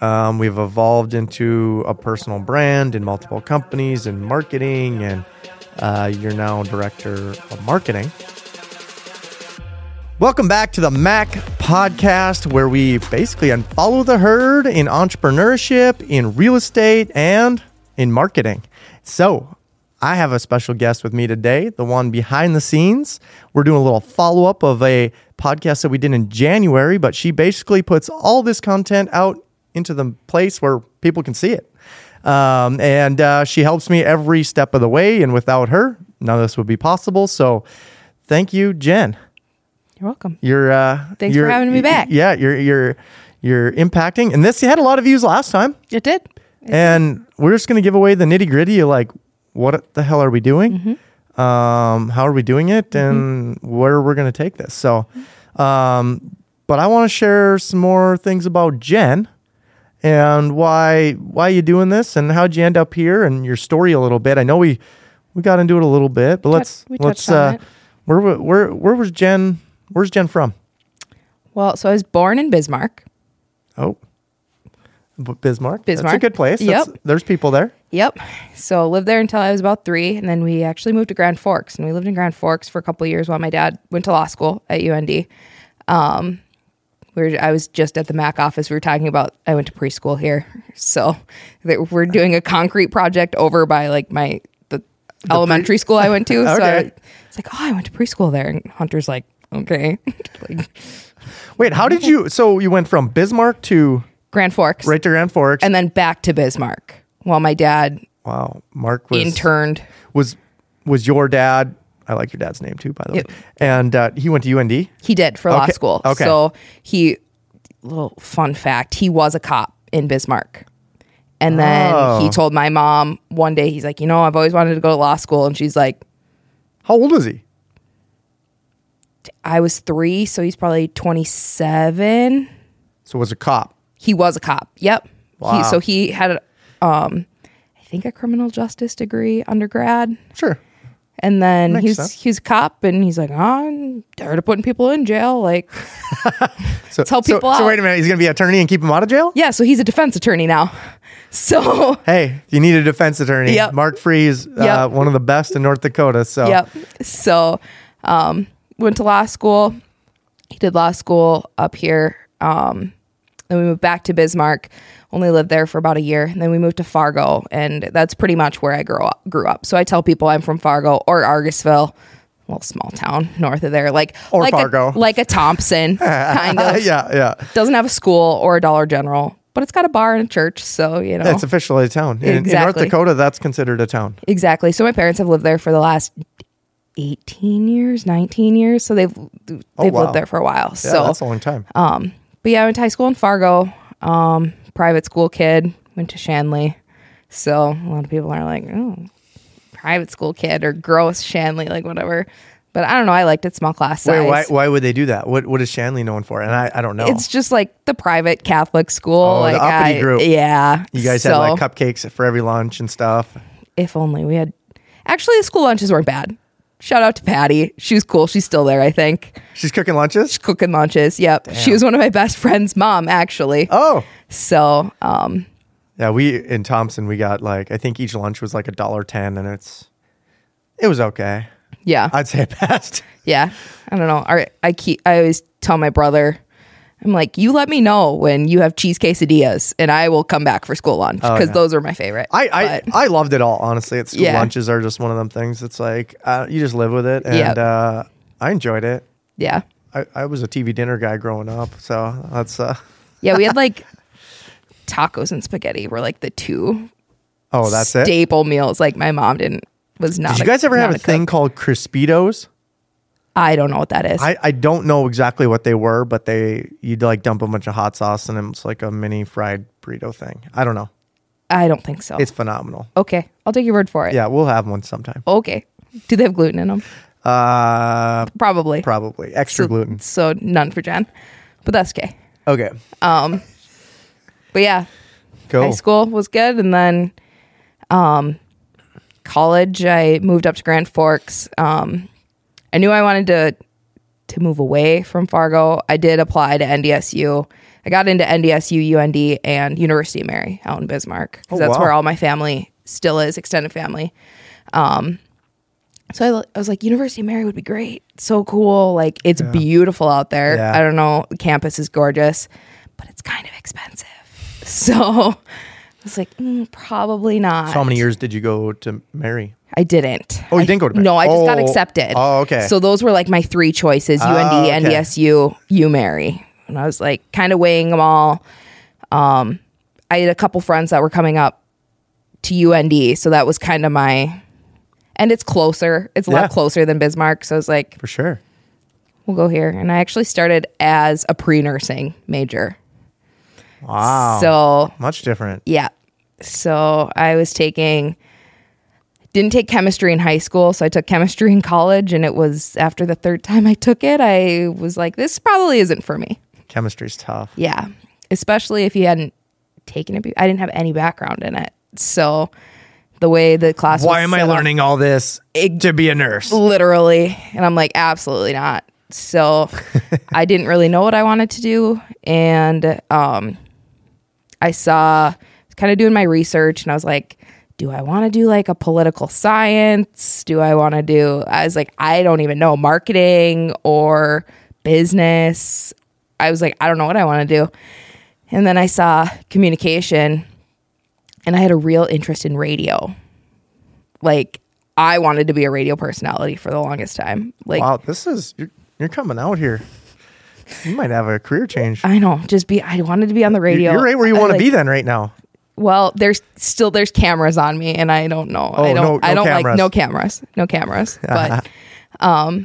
Um, we've evolved into a personal brand in multiple companies in marketing, and uh, you're now director of marketing. Welcome back to the Mac podcast, where we basically unfollow the herd in entrepreneurship, in real estate, and in marketing. So, I have a special guest with me today, the one behind the scenes. We're doing a little follow up of a podcast that we did in January, but she basically puts all this content out into the place where people can see it. Um, and uh, she helps me every step of the way. And without her, none of this would be possible. So, thank you, Jen. You're welcome. You're uh, Thanks you're- for having me back. Yeah, you're you're you're impacting, and this had a lot of views last time. It did. And we're just going to give away the nitty gritty of like, what the hell are we doing? Mm-hmm. Um, how are we doing it? And where we're going to take this. So, um, but I want to share some more things about Jen and why why you doing this and how'd you end up here and your story a little bit. I know we we got into it a little bit, but We let's touched- we let's touched on uh, it. where wa- where where was Jen? Where's Jen from? Well, so I was born in Bismarck. Oh, B- Bismarck. That's a Bismarck. good place. That's- Yep. There's people there. Yep. So lived there until I was about three, and then we actually moved to Grand Forks, and we lived in Grand Forks for a couple of years while my dad went to law school at UND. Um, we were, I was just at the MAC office. We were talking about I went to preschool here, so that we're doing a concrete project over by like my the, elementary school I went to. So I, Okay. it's like, oh, I went to preschool there, and Hunter's like, okay, like, Wait, how did you? So you went from Bismarck to Grand Forks, right to Grand Forks. and then back to Bismarck while my dad wow, Mark was interned. was was your dad. I like your dad's name too, by the Yep. way. And uh, he went to UND. He did for law Okay, school. okay. So he little fun fact, he was a cop in Bismarck. And then Oh. he told my mom one day, he's like, you know, I've always wanted to go to law school. And she's like, How old was he? I was three, so he's probably 27. So was a cop. He was a cop. Yep. Wow. He, so he had, um, I think, a criminal justice degree undergrad. Sure. And then Makes he's sense. he's a cop, and he's like, "Ah, I'm tired of putting people in jail. Like, So Tell so- people So, out. wait a minute. He's gonna be an attorney and keep him out of jail. yeah." So he's a defense attorney now. So Hey, you need a defense attorney. Yep. Mark Freeze, uh, Yep. one of the best in North Dakota. So Yep. So, um, went to law school. He did law school up here. Um, then we moved back to Bismarck. Only lived there for about a year. And then we moved to Fargo, and that's pretty much where I grew up. Grew up. So I tell people I'm from Fargo or Argusville, little small town north of there, like Or like Fargo. a, like a Thompson, kind Uh, of. yeah, yeah. Doesn't have a school or a Dollar General, but it's got a bar and a church. So you know, It's officially a town in, in North Oh. Exactly. Dakota. That's considered a town. Exactly. So my parents have lived there for the last 18 years, 19 years. So they've they've Oh, wow. lived there for a while. Yeah, so that's a long time. um but yeah, I went to high school in Fargo. Um private school kid, went to Shanley. So a lot of people are like, "Oh, private school kid or gross Shanley like whatever." But I don't know, I liked it small class size. Wait, why, why would they do that? What what is Shanley known for? And I, I don't know. It's just like the private Catholic school. Oh, the like uppity I, group. Yeah. you guys so had like cupcakes for every lunch and stuff. if only we had actually the school lunches weren't bad shout out to patty she was cool she's still there i think She's cooking lunches. cooking lunches yep she was one of my best friends mom actually Oh, so um yeah. We in Thompson, we got like I think each lunch was like a dollar ten, and it's it was okay. yeah I'd say it passed. yeah i don't know i i keep i always tell my brother i'm like you let me know when you have cheese quesadillas and i will come back for school lunch because Oh, yeah. those are my favorite I I, But- I loved it all. Honestly, it's Yeah. lunches are just one of them things. It's like uh, you just live with it, and Yep. uh, I enjoyed it. yeah I, I was a TV dinner guy growing up, so that's uh, yeah we had like tacos and spaghetti were like the two oh that's it. staple meals like my mom didn't was not Did you a- guys ever have not a cook. thing called Crispitos? i don't know what that is I, I don't know exactly what they were, but they you'd like dump a bunch of hot sauce and it's like a mini fried burrito thing. I don't know. I don't think so. It's phenomenal. okay, I'll take your word for it. Yeah, we'll have one sometime. Okay. Do they have gluten in them? Uh, Probably. probably extra so, gluten. So none for Jen, but that's okay. Okay, Um, but yeah, high cool. school was good, and then, um, college I moved up to Grand Forks. Um, I knew I wanted to to move away from Fargo, I did apply to NDSU. I got into NDSU, UND, and University of Mary out in Bismarck Oh, because that's wow. where all my family still is, extended family. Um, so I, l- I was like, University of Mary would be great. So cool. Like, it's beautiful out there. Yeah. I don't know. The campus is gorgeous, but it's kind of expensive. So I was like, mm, probably not. So how many years did you go to Mary? I didn't. Oh, you I- didn't go to Mary. No, I just got Oh, accepted. oh, okay. So those were like my three choices: UND, Ah, okay. NDSU, U Mary, and I was like kind of weighing them all. Um, I had a couple friends that were coming up to UND, so that was kind of my. And it's closer. It's a Yeah. lot closer than Bismarck, so I was like, For sure. we'll go here. And I actually started as a pre-nursing major. Wow. So much different. yeah. So I was taking didn't take chemistry in high school, so I took chemistry in college and it was after the third time I took it, I was like this probably isn't for me. Chemistry's tough. Yeah. Especially if you hadn't taken it be- I didn't have any background in it. So the way the class was Why am I set up- learning all this to be a nurse? literally and i'm like absolutely not so i didn't really know what i wanted to do and um i saw kind of doing my research and i was like do i want to do like a political science do i want to do i was like i don't even know marketing or business i was like i don't know what i want to do and then i saw communication and i had a real interest in radio like I wanted to be a radio personality for the longest time. Like Wow, this is you're, you're coming out here. You might have a career change. I know, just be I wanted to be on the radio. You're right where you I, want to like- be then right now. Well, there's still there's cameras on me and I don't know. Oh, I don't no- no I don't like cameras. no cameras. No cameras. But um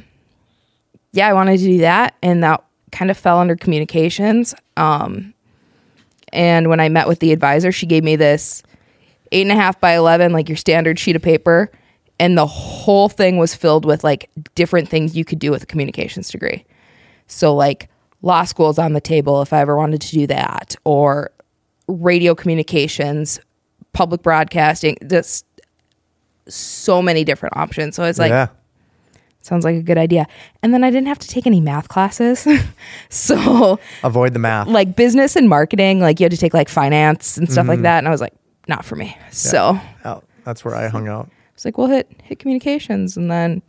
yeah, I wanted to do that and that kind of fell under communications. Um and when I met with the advisor, she gave me this eight and a half by 11, like your standard sheet of paper. And the whole thing was filled with like different things you could do with a communications degree. So, like, law school's on the table if I ever wanted to do that, or radio communications, public broadcasting, just so many different options. So, it's like, yeah. sounds like a good idea. And then I didn't have to take any math classes. so, Avoid the math. like business and marketing, like you had to take like finance and stuff like that. And I was like, not for me. So Oh, that's where I hung out. I was like, well, hit hit communications, and then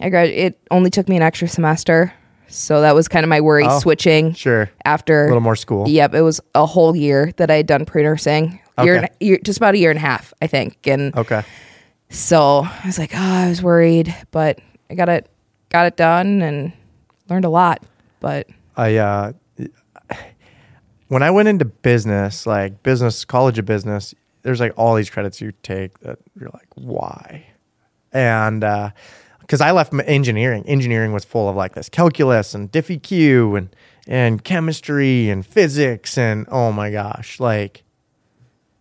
I grad. It only took me an extra semester, so that was kind of my worry Oh, switching Sure. after A little more school. Yep, it was a whole year that I had done pre nursing. Year, Okay. Oh. and- year, just about a year and a half, I think, and Okay. so I was like, oh, I was worried, but I got it, got it done, and learned a lot. But I uh when I went into business, like business college of business, there's like all these credits you take that you're like, why? And uh because I left m- engineering, engineering was full of like this calculus and diffie-q and and chemistry and physics and oh my gosh, like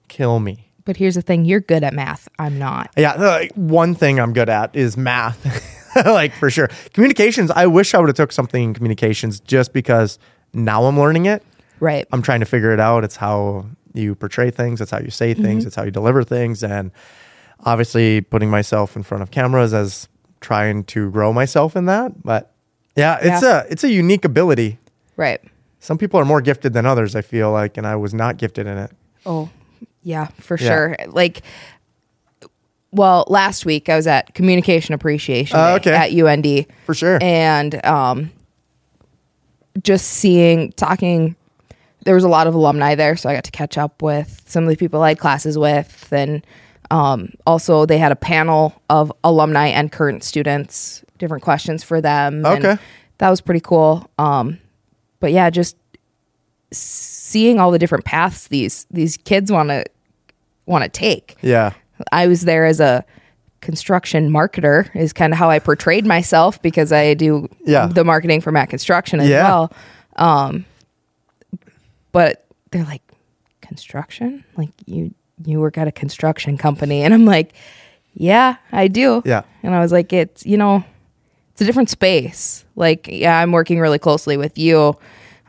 kill me. but here's the thing: you're good at math. I'm not. Yeah, like, one thing I'm good at is math, like for sure. Communications. I wish I would have took something in communications just because now I'm learning it. Right. I'm trying to figure it out. It's how you portray things. It's how you say things. Mm-hmm. It's how you deliver things. And obviously, putting myself in front of cameras as trying to grow myself in that. But yeah, it's Yeah. a it's a unique ability. right. Some people are more gifted than others. I feel like, and I was not gifted in it. Oh, yeah, for Yeah. sure. Like, well, last week I was at Communication Appreciation Oh, Day okay. at UND, For sure. and um, just seeing, talking. There was a lot of alumni there, so I got to catch up with some of the people I had classes with, and um, also they had a panel of alumni and current students, different questions for them. and Okay. that was pretty cool. Um, but yeah, just seeing all the different paths these these kids want to want to take. yeah. I was there as a construction marketer is kind of how I portrayed myself because I do Yeah. the marketing for Matt Construction as Yeah. well. Um, but they're like construction, like you you work at a construction company, and I'm like, yeah, I do. Yeah. and I was like, it's you know, it's a different space. Like, yeah, I'm working really closely with you,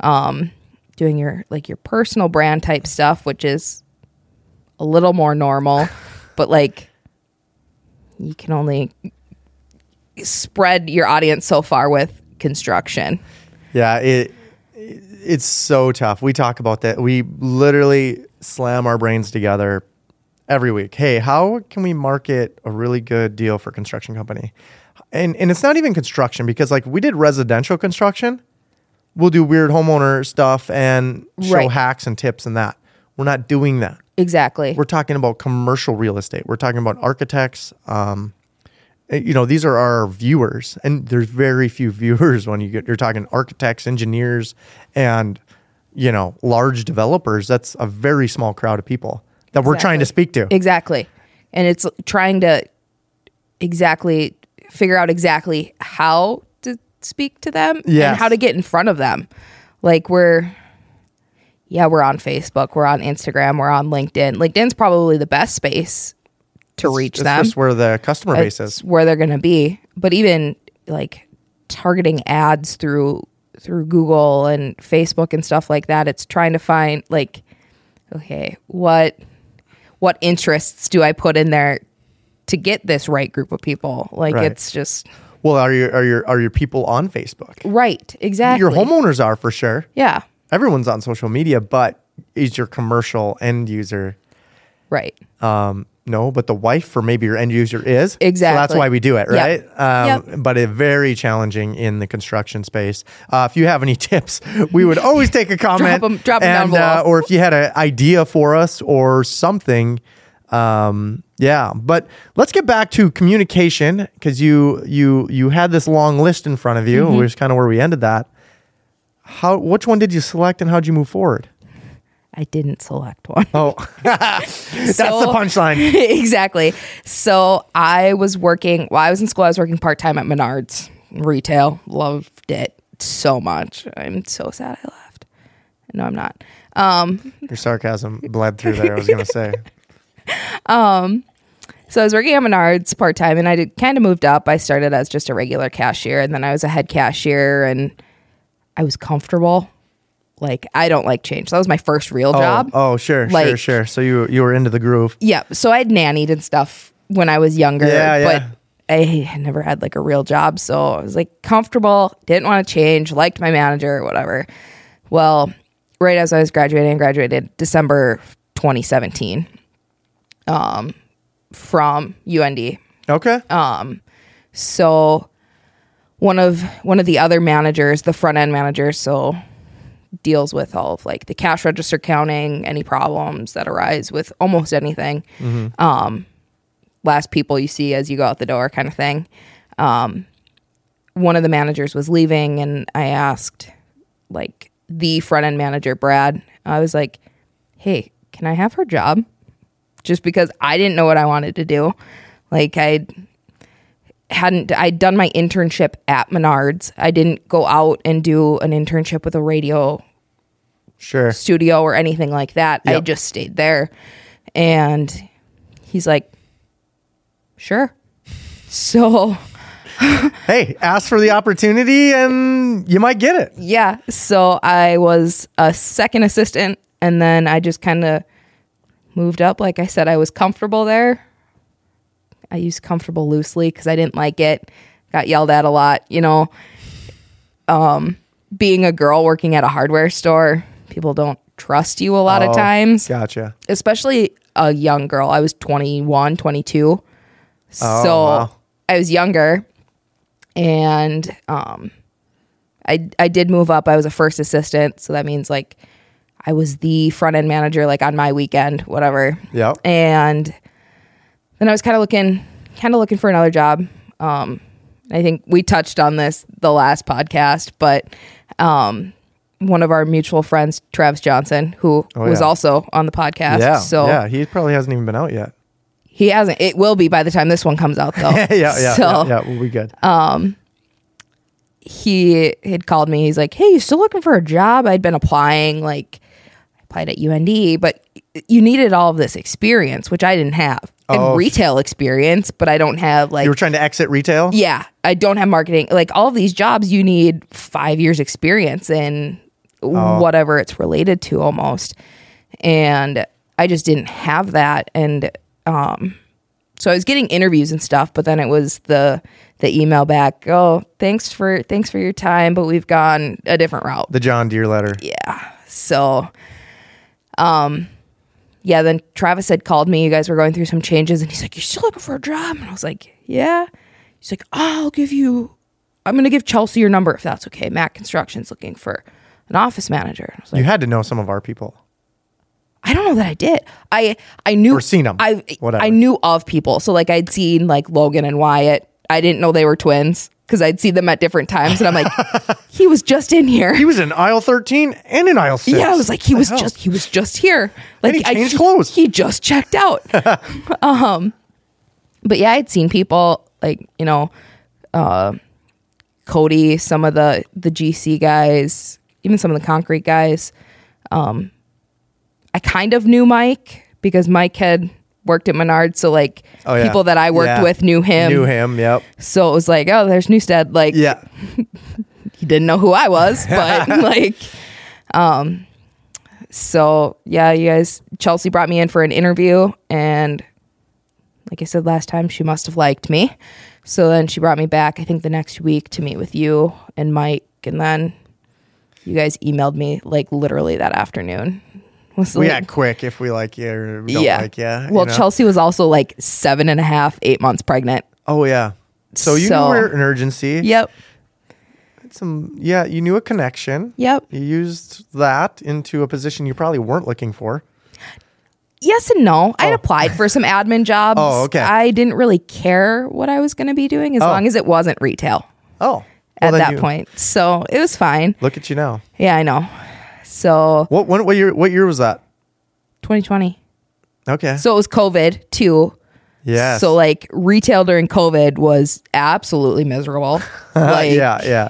um, doing your like your personal brand type stuff, which is a little more normal, but like you can only spread your audience so far with construction. Yeah, it it's so tough. We talk about that. We literally slam our brains together every week. Hey, how can we market a really good deal for construction company? And and it's not even construction because like we did residential construction. We'll do weird homeowner stuff and show Right. hacks and tips and that. We're not doing that. Exactly. We're talking about commercial real estate. We're talking about architects. Um, eh, you know, these are our viewers, and there's very few viewers when you get you're talking architects, engineers, and you know, large developers. That's a very small crowd of people that we're trying to speak to. Exactly. And it's trying to exactly figure out exactly how to speak to them Yes. and how to get in front of them. Like we're yeah, we're on Facebook, we're on Instagram, we're on LinkedIn. LinkedIn's probably the best space to reach It's them. just where the customer base is. It's where they're going to be. But even like targeting ads through through Google and Facebook and stuff like that, it's trying to find like okay, what what interests do I put in there to get this right group of people? Like Right. it's just Well, are your are your are your people on Facebook? right, exactly. Your homeowners are for sure. Yeah. Everyone's on social media, but is your commercial end user? Right. Um, no, but the wife for maybe your end user is. So that's Exactly. why we do it, Yep. right? Um, Yep. But it very challenging in the construction space. Uh, if you have any tips, we would always take a comment. them- drop 'em down and, below. Uh, or if you had an idea for us or something. Um, yeah, but let's get back to communication because you you you had this long list in front of you, Mm-hmm. which is kind of where we ended that. How which one did you select and how'd you move forward? I didn't select one. Oh, that's the So- punchline. exactly. So I was working while I was in school, I was working part time at Menards retail. Loved it so much. I'm so sad I left. No, I'm not. Your sarcasm bled through there. I was gonna say. So I was working at Menards part time, and I did kind of moved up. I started as just a regular cashier, and then I was a head cashier, and I was comfortable. Like I don't like change. That was my first real job. Oh, oh, sure, sure, Like- sure. So you you were into the groove. Yeah. So I had nannied and stuff when I was younger, Yeah, yeah. but I had never had like a real job. So I was like comfortable, didn't want to change, liked my manager, whatever. Well, right as I was graduating, graduated December 2017 um, from UND. Okay. Oh. So one of one of the other managers, the front end manager, so deals with all of like the cash register counting, any problems that arise with almost anything. Um, last people you see as you go out the door, kind of thing. Um, one of the managers was leaving, and I asked like the front end manager, Brad. I was like, "Hey, can I have her job?" Just because I didn't know what I wanted to do, like I hadn't I'd done my internship at Menards. I didn't go out and do an internship with a radio sure. studio or anything like that. I Yep. just stayed there. And he's like, sure. So Hey, ask for the opportunity and you might get it. yeah. So I was a second assistant and then I just kinda moved up. Like I said, I was comfortable there. I used comfortable loosely because I didn't like it. Got yelled at a lot, you know. Um, being a girl working at a hardware store, people don't trust you a lot Oh, of times, Gotcha. especially a young girl. I was 21, 22. So Oh, wow. I was younger and um, I, I did move up. I was a first assistant. So that means like I was the front end manager, like on my weekend, whatever Yep. and then I was kind of looking, kind of looking for another job. Um, I think we touched on this the last podcast, but um, one of our mutual friends, Travis Johnson, who was Oh, yeah. also on the podcast, yeah. so yeah, he probably hasn't even been out yet. he hasn't. It will be by the time this one comes out, though. yeah, yeah, So um, yeah, yeah. We'll be good. he had called me. He's like, "Hey, you still looking for a job?" I'd been applying, like I applied at UND, but you needed all of this experience, which I didn't have, Oh. and retail experience, but I don't have like you were trying to exit retail. yeah, I don't have marketing. Like all of these jobs, you need five years experience in whatever it's related to almost. And I just didn't have that. And um, so I was getting interviews and stuff, but then it was the the email back. Oh, thanks for thanks for your time, but we've gone a different route. The John Deere letter. Yeah. So, um, yeah. Then Travis had called me. You guys were going through some changes, and he's like, "You're still looking for a job?" And I was like, "Yeah." He's like, "I'll give you. I'm gonna give Chelsea your number if that's okay. Matt Construction's looking for an office manager." And I was like, You had to know some of our people. I don't know that I did. I I knew Or seen 'em. I Whatever. I knew of people. So like I'd seen like Logan and Wyatt. I didn't know they were twins because I'd seen them at different times, and I'm like, he was just in here. He was in aisle 13 and in aisle 6. yeah, I was like, he What was the hell? just he was just here. Like he I- changed clothes. He just checked out. um, but yeah, I'd seen people like you know, uh, Cody, some of the the GC guys, even some of the concrete guys. Um, I kind of knew Mike because Mike had worked at Menards, so like Oh, yeah. people that I worked Yeah. with knew him. Knew him, yep. So it was like, oh, there's Newstead. Like, Yeah. he didn't know who I was, but like, um, so yeah, you guys, Chelsea brought me in for an interview, and like I said last time, she must have liked me. So then she brought me back, I think the next week to meet with you and Mike, and then you guys emailed me like literally that afternoon. Was We like- act quick if we like you or we don't like you. you Well, know? Chelsea was also like seven and a half, eight months pregnant. Oh, yeah. So you So- knew were an urgency. Yep. Some, yeah, you knew a connection. Yep. You used that into a position you probably weren't looking for. Yes and no. I had applied for some admin jobs. Oh, okay. I didn't really care what I was going to be doing as Oh. long as it wasn't retail Oh. well, at then that you- point. So it was fine. Look at you now. Yeah, I know. So What, when, what, year, what year was that? 2020. Okay. So it was COVID too. Yes. So like retail during COVID was absolutely miserable. Like, yeah, yeah.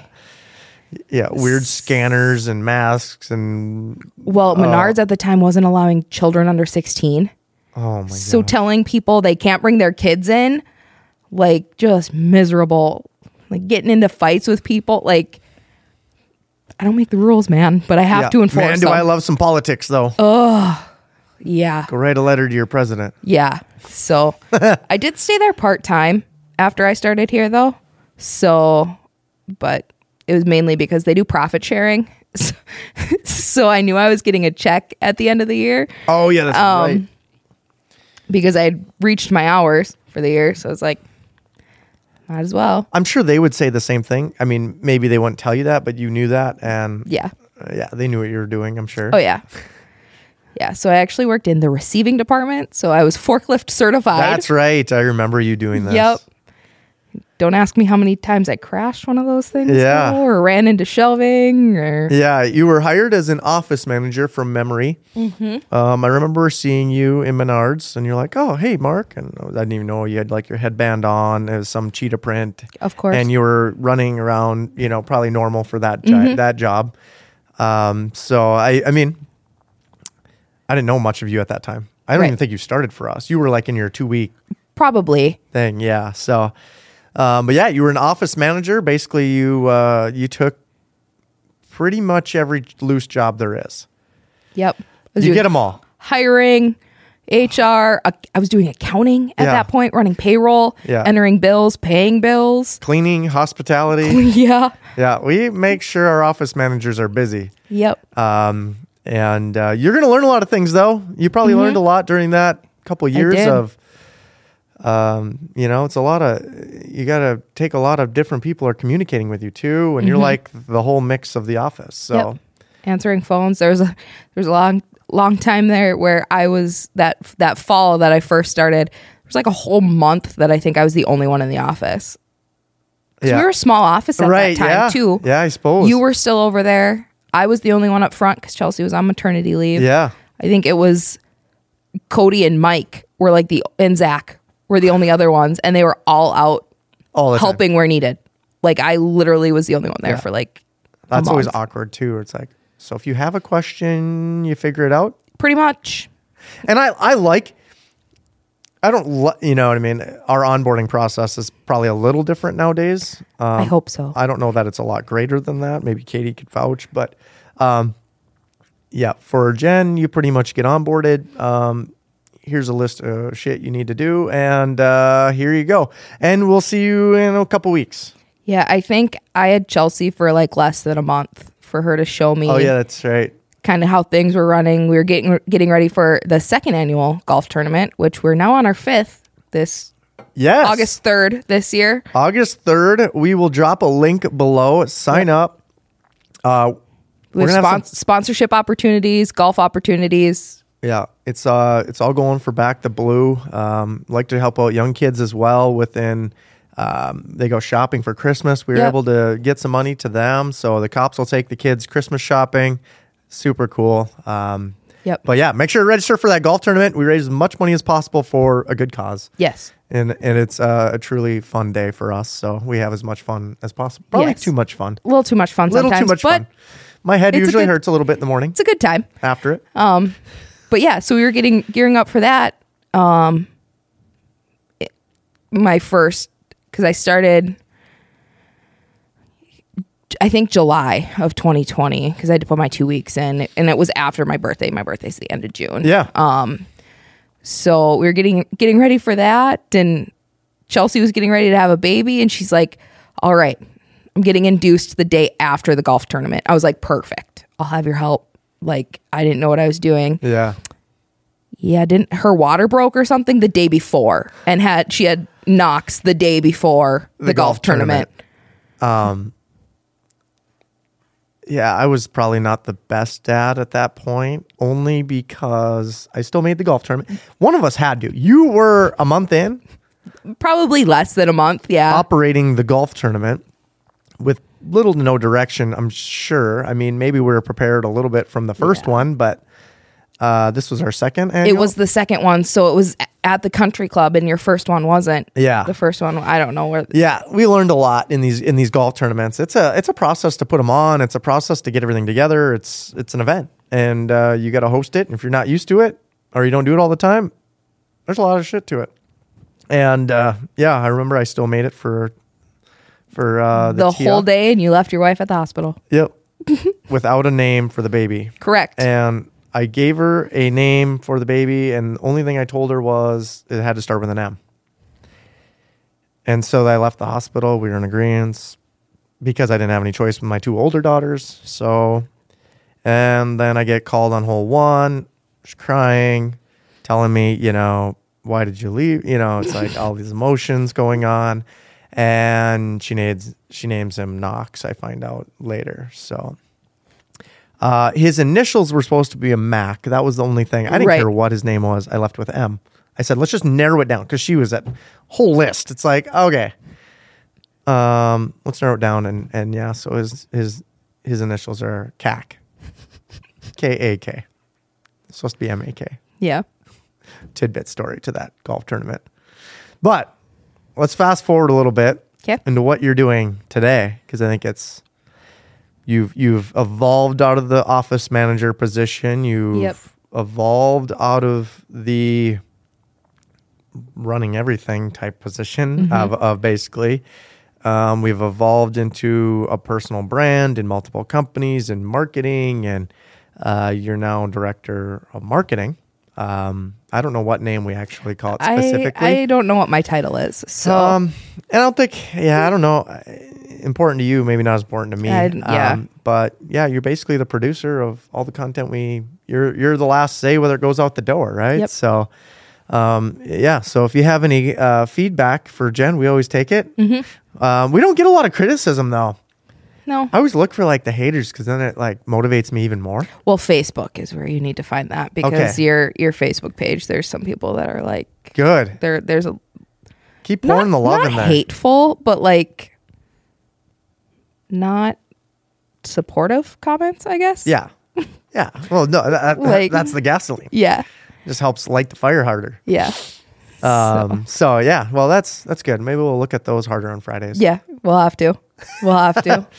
Yeah, weird scanners and masks and Well, Menards at the time wasn't allowing children under 16. oh my So telling people they can't bring their kids in, like just miserable, like getting into fights with people. Like, I don't make the rules, man, but I have yeah. to enforce Uh, Man, do them. I love some politics though. yeah, Go write a letter to your president. yeah. So I did stay there part time after I started here, though. So, but it was mainly because they do profit sharing. So, so I knew I was getting a check at the end of the year. Oh yeah, that's Um, right. because I had reached my hours for the year. So it's like, might as well. I'm sure they would say the same thing. I mean, maybe they wouldn't tell you that, but you knew that and Yeah. uh, yeah, they knew what you were doing, I'm sure. Oh, yeah. Yeah. So I actually worked in the receiving department. So I was forklift certified. That's right. I remember you doing this. Yep. Don't ask me how many times I crashed one of those things Yeah. though, or ran into shelving or. Yeah, you were hired as an office manager from memory. Mm-hmm. Um, I remember seeing you in Menards, and you're like, "Oh, hey, Mark," and I didn't even know you had like your headband on. It was some cheetah print, Of course. and you were running around, you know, probably normal for that jo- Mm-hmm. that job. Um, so I, I mean, I didn't know much of you at that time. I don't Right. even think you started for us. You were like in your two week Probably. thing. Yeah. So, um, but yeah, you were an office manager. Basically, you uh, you took pretty much every loose job there is. Yep. I was You doing get them all. hiring, HR. ac- I was doing accounting at Yeah. that point, running payroll, Yeah. entering bills, paying bills. Cleaning, hospitality. yeah. yeah, we make sure our office managers are busy. Yep. Um, and uh, you're going to learn a lot of things, though. You probably learned a lot during that couple years Mm-hmm. did. of, um, you know, it's a lot of, you got to take a lot of different people are communicating with you too. Mm-hmm. And you're like the whole mix of the office. So, answering phones. There was a there was a long long time there where I was that that fall that I first started. There was like a whole month that I think I was the only one in the office. 'Cause We were a small office at right. that time yeah. too. Yeah, I suppose. You were still over there. I was the only one up front because Chelsea was on maternity leave. Yeah. I think it was Cody and Mike were like the and Zach were the only other ones, and they were all out All the time. helping where needed. Like I literally was the only one there for like a That's always month. awkward too. It's like, so if you have a question, you figure it out. pretty much. And I, I like, I don't, li- you know what I mean? Our onboarding process is probably a little different nowadays. Um, I hope so. I don't know that it's a lot greater than that. Maybe Katie could vouch, but um, yeah, for Jen, you pretty much get onboarded. Um, here's a list of shit you need to do, and uh, here you go. And we'll see you in a couple weeks. Yeah, I think I had Chelsea for like less than a month for her to show me Oh yeah, that's right. kind of how things were running. We were getting getting ready for the second annual golf tournament, which we're now on our fifth this Yes, August third this year. August third. We will drop a link below. Sign up. Uh, we're With gonna have spon- sponsorship opportunities, golf opportunities. Yeah, it's uh, it's all going for back the blue. Um, like to help out young kids as well. Within, um, they go shopping for Christmas. We were Yep. able to get some money to them, so the cops will take the kids Christmas shopping. Super cool. Um, Yep. But yeah, make sure to register for that golf tournament. We raise as much money as possible for a good cause. Yes. And and it's uh, a truly fun day for us. So we have as much fun as possible. Probably Yes. too much fun. A little too much fun A little sometimes, too much but fun. My head it's a usually good- hurts a little bit in the morning it's a Uh, good time. after it. But yeah, so we were getting gearing up for that. Um, it- my first because I started, I think July of 2020 because I had to put my two weeks in, and it was after my birthday. My birthday's the end of June. yeah. uh, So we were getting getting ready for that, and Chelsea was getting ready to have a baby, and she's like, "All right, I'm getting induced the day after the golf tournament." I was like, "Perfect. I'll have your help." Like I didn't know what I was doing. yeah. Yeah, didn't her water broke or something the day before, and had she had knocks the day before the, golf, golf tournament. tournament. Yeah, I was probably not the best dad at that point, only because I still made the golf tournament. One of us had to. You were a month in Probably less than a month. Yeah, operating the golf tournament with little to no direction, I'm sure. I mean, maybe we were prepared a little bit from the first Yeah. one, but uh, this was our second it annual. was the second one, so it was a- at the country club, and your first one wasn't. Yeah. the first one. I don't know where. Yeah, we learned a lot in these in these golf tournaments. It's a it's a process to put them on. It's a process to get everything together. It's it's an event, and uh, you got to host it. And if you're not used to it, or you don't do it all the time, there's a lot of shit to it. And uh, yeah, I remember I still made it for for uh, the, the tee whole off. day and you left your wife at the hospital. Yep, without a name for the baby. Correct. And I gave her a name for the baby, and the only thing I told her was it had to start with an M. And so I left the hospital. We were in agreement because I didn't have any choice with my two older daughters. So, and then I get called on hole one. She's crying, telling me, you know, why did you leave? You know, it's like all these emotions going on. And she names she names him Knox. I find out later. So uh, his initials were supposed to be a Mac. That was the only thing. I didn't Right. care what his name was. I left with M. I said, let's just narrow it down because she was at whole list. It's like, okay, um, let's narrow it down. And, and yeah, so his, his, his initials are CAC, K A K. It's supposed to be M A K. yeah. Tidbit story to that golf tournament. But let's fast forward a little bit Okay. into what you're doing today because I think it's you've you've evolved out of the office manager position. You've Yep. evolved out of the running everything type position Mm-hmm. of, of basically. Um, we've evolved into a personal brand in multiple companies in marketing, and uh, you're now director of marketing. Um, I don't know what name we actually call it I, specifically. I don't know what my title is. So Um, and I don't think, yeah, I don't know. Important to you, maybe not as important to me. I- yeah. Um, but yeah, you're basically the producer of all the content we. You're you're the last say whether it goes out the door, right? Yep. So, um, yeah. So if you have any uh, feedback for Jen, we always take it. Mm-hmm. Um, we don't get a lot of criticism though. no. I always look for like the haters because then it like motivates me even more. Well, Facebook is where you need to find that because Okay. your your Facebook page, there's some people that are like Good. there there's a Keep not, pouring the love not in there. hateful, but like not supportive comments, I guess. Yeah. Yeah. Well, no, that, that- Like- that's the gasoline. Yeah. Just helps light the fire harder. Yeah. Um, so yeah, well that's that's good. Maybe we'll look at those harder on Fridays. Yeah. We'll have to. We'll have to.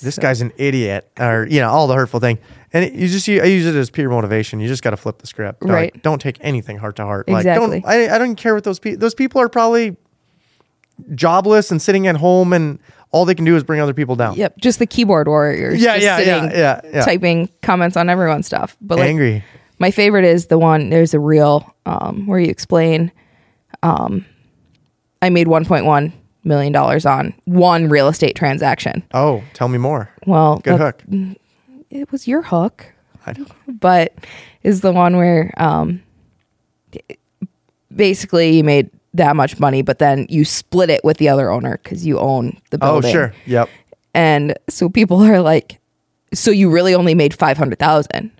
This guy's an idiot, or you know, all the hurtful thing. And it, you just you, I use it as pure motivation. You just got to flip the script. Like, Right. don't take anything heart to heart. Exactly. Like don't I, I don't care what those people those people are probably jobless and sitting at home and all they can do is bring other people down. Yep. Just the keyboard warriors. Yeah, just yeah, yeah, yeah, yeah. Typing comments on everyone's stuff. But like Angry. My favorite is the one. There's a reel um, where you explain. Um, I made 1.1 million dollars on one real estate transaction. Oh, tell me more. Well, Good that- hook. it was your hook, I don't, but is the one where um, basically you made that much money, but then you split it with the other owner because you own the oh, building. sure. Yep. And so people are like, so you really only made 500,000.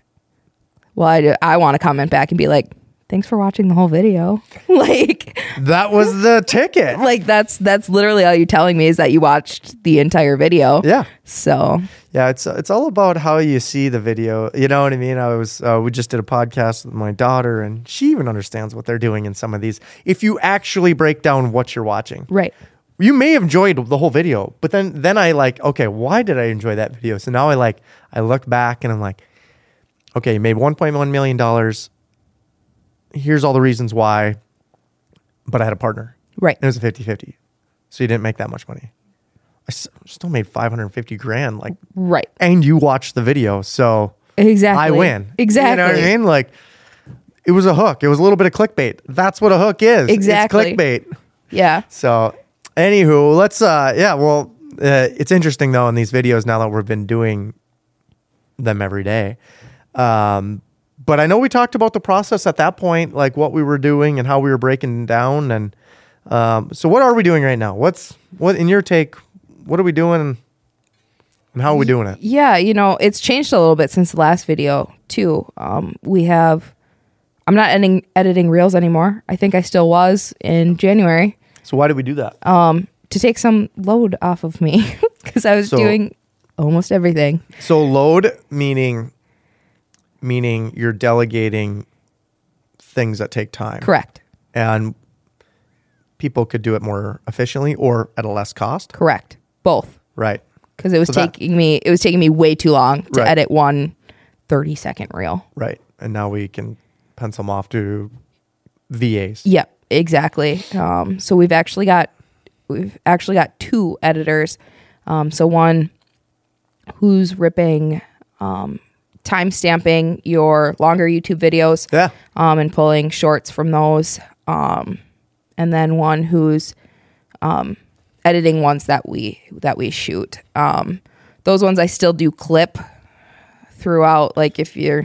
Well, I, do- I want to comment back and be like, thanks for watching the whole video. like, That was the ticket. like that's, that's literally all you're telling me is that you watched the entire video. Yeah. So Yeah, it's it's all about how you see the video. You know what I mean? I was uh, we just did a podcast with my daughter, and she even understands what they're doing in some of these. If you actually break down what you're watching, right. you may have enjoyed the whole video, but then then I like, okay, why did I enjoy that video? So now I like I look back and I'm like, okay, you made 1.1 million dollars. Here's all the reasons why, but I had a partner. Right. And it was a 50-50. So you didn't make that much money. I s- still made 550 grand like Right. and you watched the video, so Exactly. I win. Exactly. You know what I mean? Like it was a hook. It was a little bit of clickbait. That's what a hook is. It's Exactly. clickbait. Yeah. So, anywho, let's uh, yeah. Well, uh, it's interesting though in these videos now that we've been doing them every day. Um, but I know we talked about the process at that point, like what we were doing and how we were breaking down. And um, so, what are we doing right now? What's what in your take? What are we doing, and how are we doing it? Yeah, you know, it's changed a little bit since the last video too. Um, we have, I'm not editing editing reels anymore. I think I still was in January Um, So, why did we do that? to take some load off of me because I was So- doing almost everything. So load meaning meaning you're delegating things that take time. Correct. And people could do it more efficiently or at a less cost. Correct. Both Right. because it was So that- taking me it was taking me way too long to Right. edit one 30 second reel. Right. And now we can pencil them off to VAs. Yep, exactly. Um, so we've actually got we've actually got two editors. Um, so one who's ripping um, time stamping your longer YouTube videos Yeah. um, and pulling shorts from those, um, and then one who's um, editing ones that we that we shoot. Um, those ones I still do clip throughout. Like if you're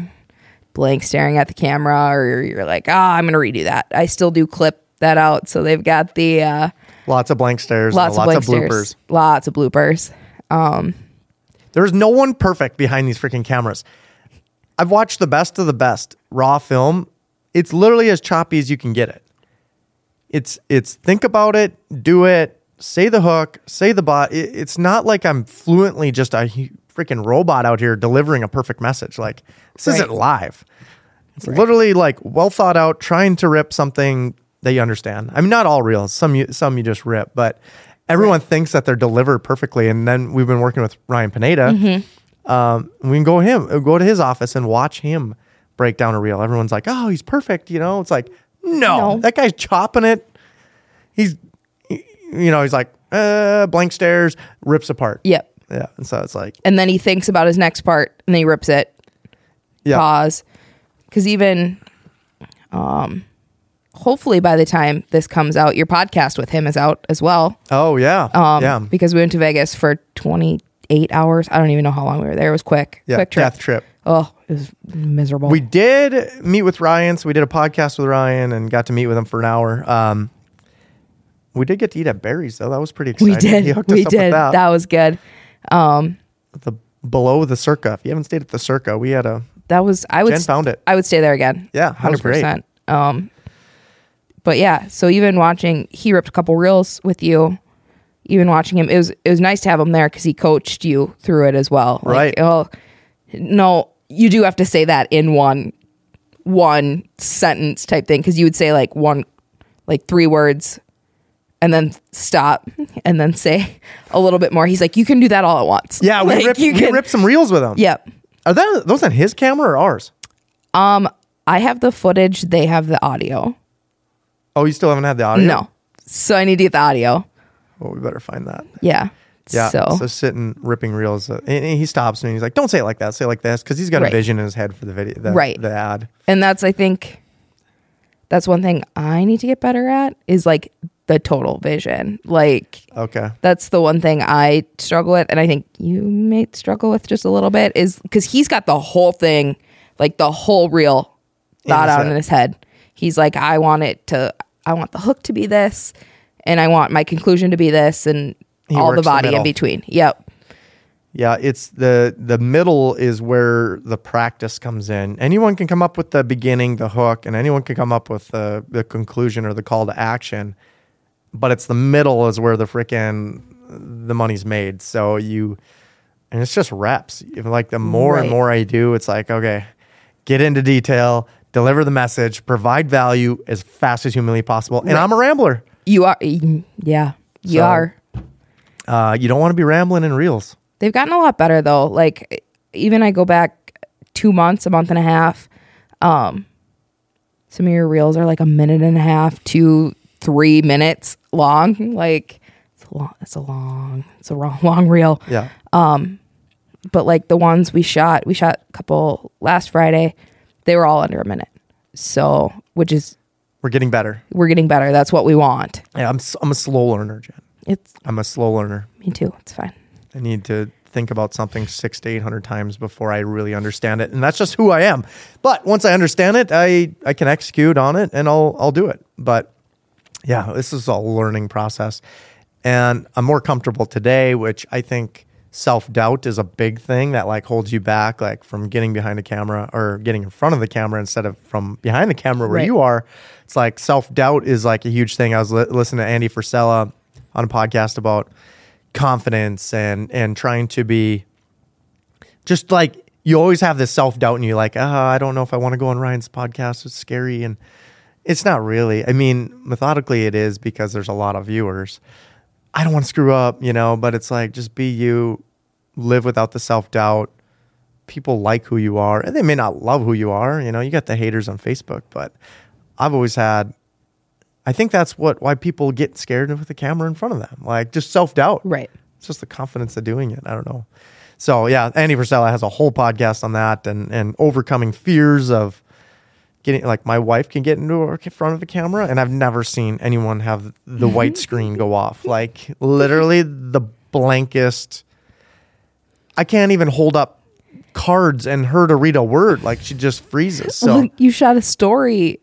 blank staring at the camera, or you're like, ah, I'm gonna redo that. I still do clip that out. So they've got the uh, Lots of blank stares, lots, lots, of lots blank of, bloopers. stares, lots of bloopers. There's no one perfect behind these freaking cameras. I've watched the best of the best raw film. It's literally as choppy as you can get it. It's it's think about it, do it, say the hook, say the bot. It- it's not like I'm fluently just a hu- freaking robot out here delivering a perfect message. Like this isn't Right. live. It's literally like well thought out, trying to rip something that you understand. I mean, not all reels. Some you some you just rip, but everyone thinks that they're delivered perfectly. And then we've been working with Ryan Pineda. Mm-hmm. Um, we can go him go to his office and watch him break down a reel. Everyone's like, "Oh, he's perfect," you know. It's like, no, No. that guy's chopping it. He's, you know, he's like, uh, blank stares, rips apart. Yep. yeah. And so it's like, And then he thinks about his next part, and then he rips it. yeah, pause because even um hopefully by the time this comes out your podcast with him is out as well oh yeah, um yeah, because we went to vegas for 28 hours i don't even know how long we were there it was quick yeah, quick trip death trip. oh it was miserable We did meet with Ryan, so we did a podcast with Ryan and got to meet with him for an hour. Um, we did get to eat at Barry's though. That was pretty We exciting. He did hooked us we up did with that. that. was good The below the Circa. If you haven't stayed at the Circa, we had a that was i would Jen s- found it. i would stay there again Yeah, that was great. 100% um but yeah so even watching he ripped a couple reels with you even watching him, it was it was nice to have him there because he coached you through it as well. Right. Like, oh, no, you do have to say that in one one sentence type thing because you would say like one like three words and then stop and then say a little bit more. He's like, you can do that all at once. Yeah, we Like, ripped you we can- ripped some reels with him. Yep. Are that those on his camera or ours? Um, I have the footage. They have the audio. Oh, you still haven't had the audio? No. So I need to get the audio. Well, we better find that. Yeah. Yeah. So, So, sitting ripping reels, uh, and and he stops me. and He's like, "Don't say it like that. Say it like this," because he's got Right. a vision in his head for the video, the, Right. The ad. and that's I think that's one thing I need to get better at is like the total vision. Like Okay. that's the one thing I struggle with, and I think you may struggle with just a little bit is because he's got the whole thing, like the whole reel thought his out in head. his head. He's like, I want it to, I want the hook to be this, and I want my conclusion to be this, and He all works the the body in middle. between. Yep, Yeah, it's the the middle is where the practice comes in. Anyone can come up with the beginning, the hook, and anyone can come up with the the conclusion or the call to action. But it's the middle is where the frickin' the money's made. So you and it's just reps. Even, Like the more Right. and more I do, it's like, okay, get into detail, deliver the message, provide value as fast as humanly possible. And I'm a rambler. you are. Yeah, you So- are. Uh, you don't want to be rambling in reels. They've gotten a lot better though. Like even I go back two months, a month and a half. Um, some of your reels are like a minute and a half, two, three minutes long. Like it's a long, it's a long, it's a long, long reel. Yeah. But like the ones we shot, we shot a couple last Friday. They were all under a minute. So, which is We're getting better. we're getting better. That's what we want. Yeah, I'm s- I'm a slow learner, Jen. It's I'm a slow learner. me too. It's fine. I need to think about something six to eight hundred times before I really understand it, and that's just who I am. But once I understand it, I I can execute on it, and I'll I'll do it. But yeah, this is all a learning process, and I'm more comfortable today, which I think self doubt is a big thing that like holds you back, like from getting behind a camera or getting in front of the camera instead of from behind the camera where Right. you are. It's like self doubt is like a huge thing. I was li- listening to Andy Frisella on a podcast about confidence and and trying to be just like you always have this self doubt and you're like, ah, I don't know if I want to go on Ryan's podcast. It's scary. And it's not really. I mean, methodically it is because there's a lot of viewers. I don't want to screw up, you know, but it's like just be you, live without the self doubt. People like who you are and they may not love who you are. You know, you got the haters on Facebook, but I've always had. I think that's what why people get scared with the camera in front of them, like just self doubt. Right. It's just the confidence of doing it. I don't know. So yeah, Andy Frisella has a whole podcast on that and and overcoming fears of getting like my wife can get into her in front of a camera and I've never seen anyone have the white screen go off. Like literally the blankest I can't even hold up cards and her to read a word. Like she just freezes. So Well, you shot a story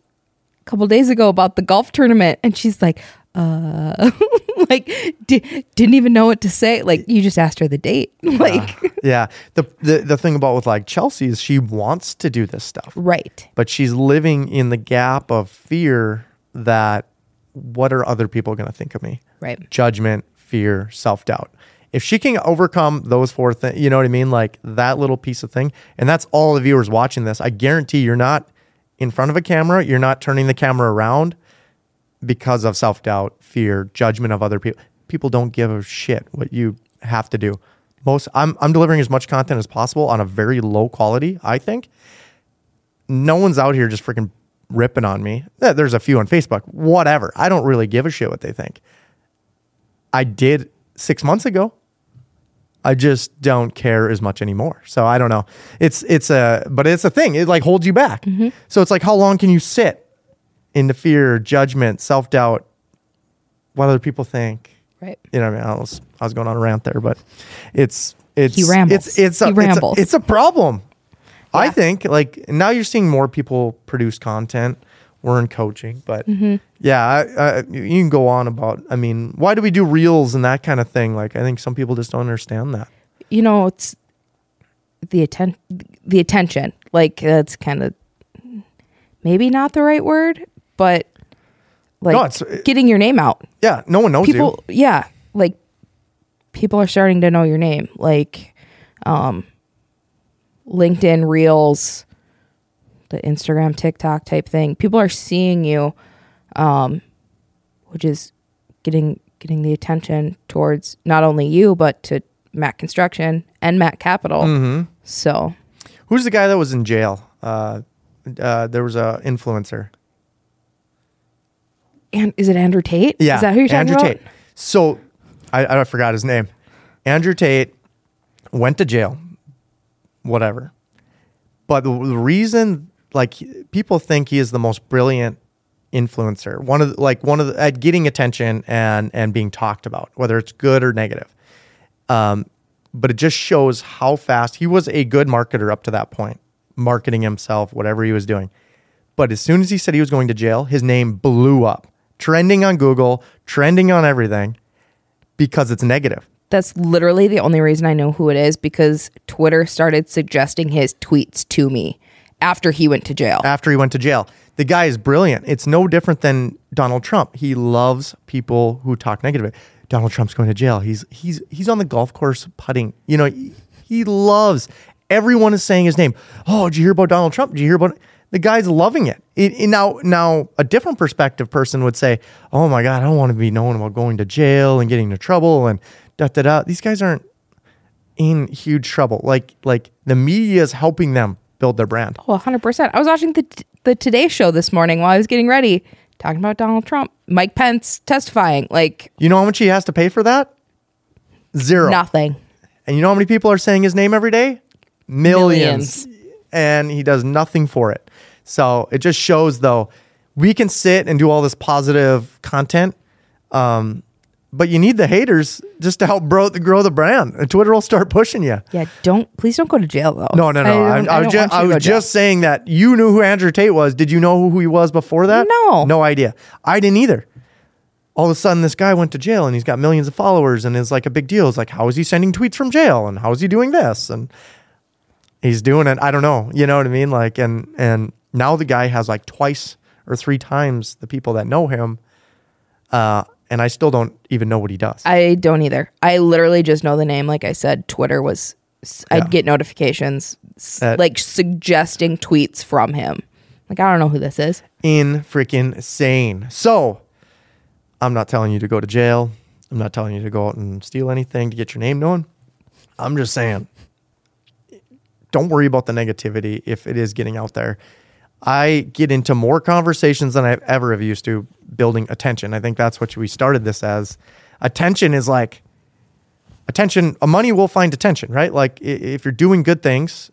a couple days ago about the golf tournament, and she's like, uh, like di- didn't even know what to say. Like you just asked her the date. Like yeah. The, the the thing about with like Chelsea is she wants to do this stuff. right, but she's living in the gap of fear that what are other people going to think of me? right, Judgment, fear, self doubt. If she can overcome those four things, you know what I mean? Like that little piece of thing. And that's all the viewers watching this. I guarantee you're not in front of a camera, you're not turning the camera around because of self doubt, fear, judgment of other people. People don't give a shit what you have to do. Most I'm I'm delivering as much content as possible on a very low quality, I think. No one's out here just freaking ripping on me. Eh, There's a few on Facebook, whatever. I don't really give a shit what they think. I did 6 months ago. I just don't care as much anymore. So I don't know. It's it's a but it's a thing. It like holds you back. So it's like how long can you sit into fear, judgment, self doubt, what other people think. right. You know, what I mean, I was I was going on a rant there, but it's it's He rambles. It's it's a, He it's a- rambles. It's a, problem. I Yeah. think like now you're seeing more people produce content. We're in coaching, but Mm-hmm. yeah, I, I, you can go on about. I mean, why do we do reels and that kind of thing? Like, I think some people just don't understand that. You know, it's the atten- the attention. Like that's kind of maybe not the right word, but like No, it's- uh, getting your name out. Yeah, no one knows you. people yeah like people are starting to know your name like um linkedin reels the instagram tiktok type thing people are seeing you um which is getting getting the attention towards not only you but to matt construction and matt capital so Who's the guy that was in jail? Uh, uh, there was a influencer. and is it andrew tate Yeah, is that who you're talking Andrew about Tate. So I, I forgot his name. Andrew Tate went to jail, whatever. But the the reason, like, people think he is the most brilliant influencer, one of the, like one of the, at getting attention and and being talked about, whether it's good or negative. Um, but it just shows how fast he was a good marketer up to that point, marketing himself, whatever he was doing. But as soon as he said he was going to jail, his name blew up, trending on Google, trending on everything, because it's negative. That's literally the only reason I know who it is because Twitter started suggesting his tweets to me after he went to jail. after he went to jail. The guy is brilliant. It's no different than Donald Trump. He loves people who talk negative. Donald Trump's going to jail. He's he's he's on the golf course putting. You know, he loves. Everyone is saying his name. Oh, did you hear about Donald Trump? Did you hear about the guy's loving it. It- it- Now, now a different perspective person would say, "Oh my God, I don't want to be known about going to jail and getting into trouble and da da da." These guys aren't in huge trouble. Like like the media is helping them build their brand. Well, 100%. I was watching the, the Today Show this morning while I was getting ready, talking about Donald Trump, Mike Pence testifying, like You know how much he has to pay for that? Zero. nothing. And you know how many people are saying his name every day? Millions. And he does nothing for it. So it just shows, though, we can sit and do all this positive content, um, but you need the haters just to help bro- grow the brand. And Twitter will start pushing you. Yeah, don't, please don't go to jail though. No, no, no. I, don't- I, was, don't just, want you I to go was to jail. just saying that you knew who Andrew Tate was. Did you know who he was before that? No. No idea. I didn't either. All of a sudden, this guy went to jail and he's got millions of followers and is like a big deal. It's like, how is he sending tweets from jail and how is he doing this? And he's doing it. I don't know. You know what I mean? Like, and and now the guy has like twice or three times the people that know him. Uh, and I still don't even know what he does. I don't either. I literally just know the name. Like I said, Twitter was, Yeah. I'd get notifications s- At- like suggesting tweets from him. Like, I don't know who this is. in freaking sane. So I'm not telling you to go to jail. I'm not telling you to go out and steal anything to get your name known. I'm just saying, don't worry about the negativity if it is getting out there. I get into more conversations than I've ever have used to building attention. I think that's what we started this as. Attention is like attention. uh, Money will find attention, right? Like i- if you're doing good things,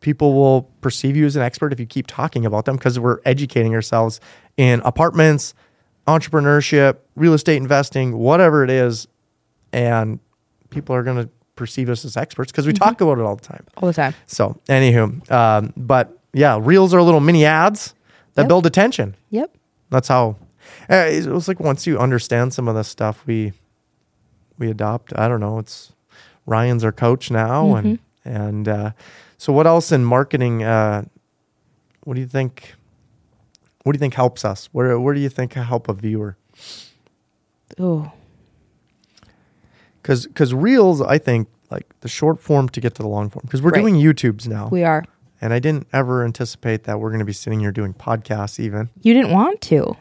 people will perceive you as an expert if you keep talking about them because we're educating ourselves in apartments, entrepreneurship, real estate investing, whatever it is, and people are going to perceive us as experts because we talk about it all the time. all the time. So, anywho, um, but yeah, reels are little mini ads that Yep. build attention. Yep. That's how. uh, It was like once you understand some of the stuff we we adopt. I don't know. It's Ryan's our coach now, Mm-hmm. and and uh, so what else in marketing? Uh, what do you think? What do you think helps us? Where where do you think help a viewer? Oh, Because because reels, I think like the short form to get to the long form. Because we're Right. doing YouTubes now. we are. And I didn't ever anticipate that we're going to be sitting here doing podcasts even. You didn't want to.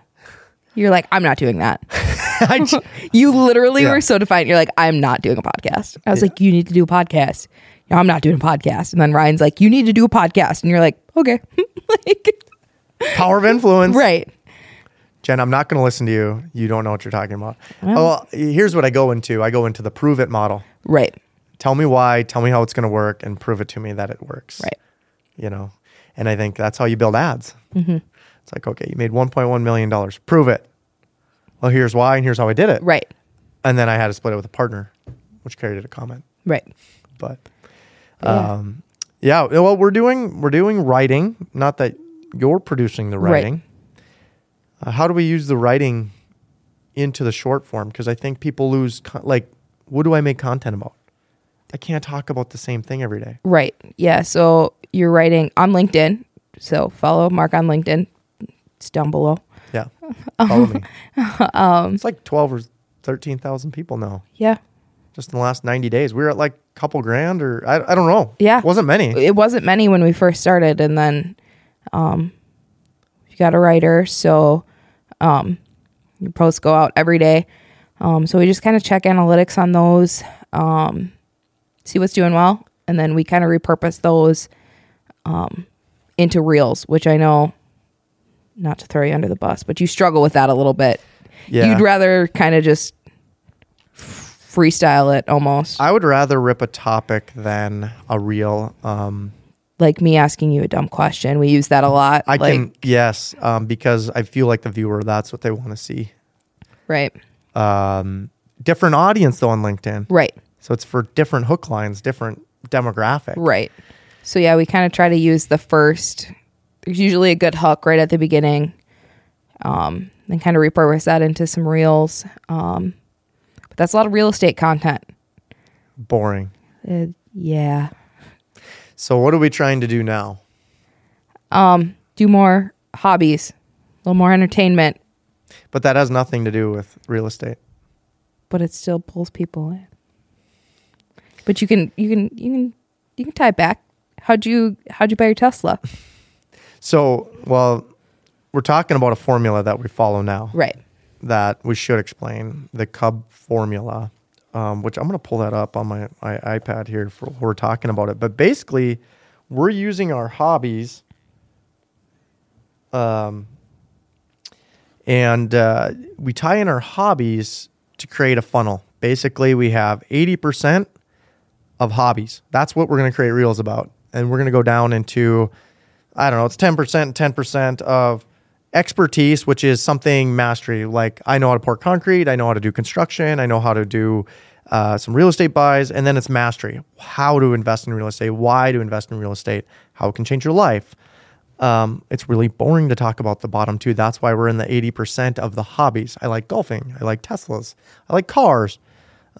You're like, I'm not doing that. I j- You literally Yeah. were so defiant. You're like, I'm not doing a podcast. I was Yeah. like, you need to do a podcast. No, I'm not doing a podcast. And then Ryan's like, you need to do a podcast. And you're like, okay. like, power of influence. right. Jen, I'm not going to listen to you. You don't know what you're talking about. Well- Oh, here's what I go into. I go into the prove it model. Right. Tell me why, tell me how it's going to work and prove it to me that it works. Right. You know. And I think that's how you build ads. Mm-hmm. It's like, okay, you made 1.1 million dollars. Prove it. Well, here's why and here's how I did it. Right. And then I had to split it with a partner, which carried it a comment. Right. But Yeah. Um, yeah. Well, we're doing we're doing writing. Not that you're producing the Right. writing. Uh, how do we use the writing into the short form? Because I think people lose con- like, what do I make content about? I can't talk about the same thing every day. Right. Yeah. So you're writing on LinkedIn. So follow Mark on LinkedIn. It's down below. Yeah. Follow me. Um, it's like twelve or thirteen thousand people now. Yeah. Just in the last ninety days, we were at like a couple grand, or I, I don't know. Yeah. wasn't many. it wasn't many when we first started and then um you got a writer so um your posts go out every day um so we just kind of check analytics on those um see what's doing well and then we kind of repurpose those um into reels which i know not to throw you under the bus but you struggle with that a little bit Yeah. you'd rather kind of just f- freestyle it almost. I would rather rip a topic than a real. Um, like me asking you a dumb question. We use that a lot. I like, can yes, um, because I feel like the viewer that's what they want to see. right, Um, different audience though on LinkedIn, right, so it's for different hook lines, different demographic. right. So yeah, we kind of try to use the first. There's usually a good hook right at the beginning, um, and kind of repurpose that into some reels. Um, but that's a lot of real estate content. Boring. Uh, yeah, So what are we trying to do now? do more hobbies, a little more entertainment, But that has nothing to do with real estate. but it still pulls people in. But you can you can you can you can tie it back. How'd you how'd you buy your Tesla? So well, we're talking about a formula that we follow now. Right. that we should explain the Cub formula, um, which I'm going to pull that up on my, my iPad here for we're talking about it. But basically, we're using our hobbies, um, and uh, we tie in our hobbies to create a funnel. Basically, we have 80% of hobbies. That's what we're going to create reels about, and we're going to go down into I don't know, it's 10%, 10% of expertise, which is something mastery. Like I know how to pour concrete, I know how to do construction, I know how to do uh, some real estate buys, and then it's mastery. How to invest in real estate, why to invest in real estate, how it can change your life. Um, it's really boring to talk about the bottom two. That's why we're in the 80% of the hobbies. I like golfing, I like Teslas, I like cars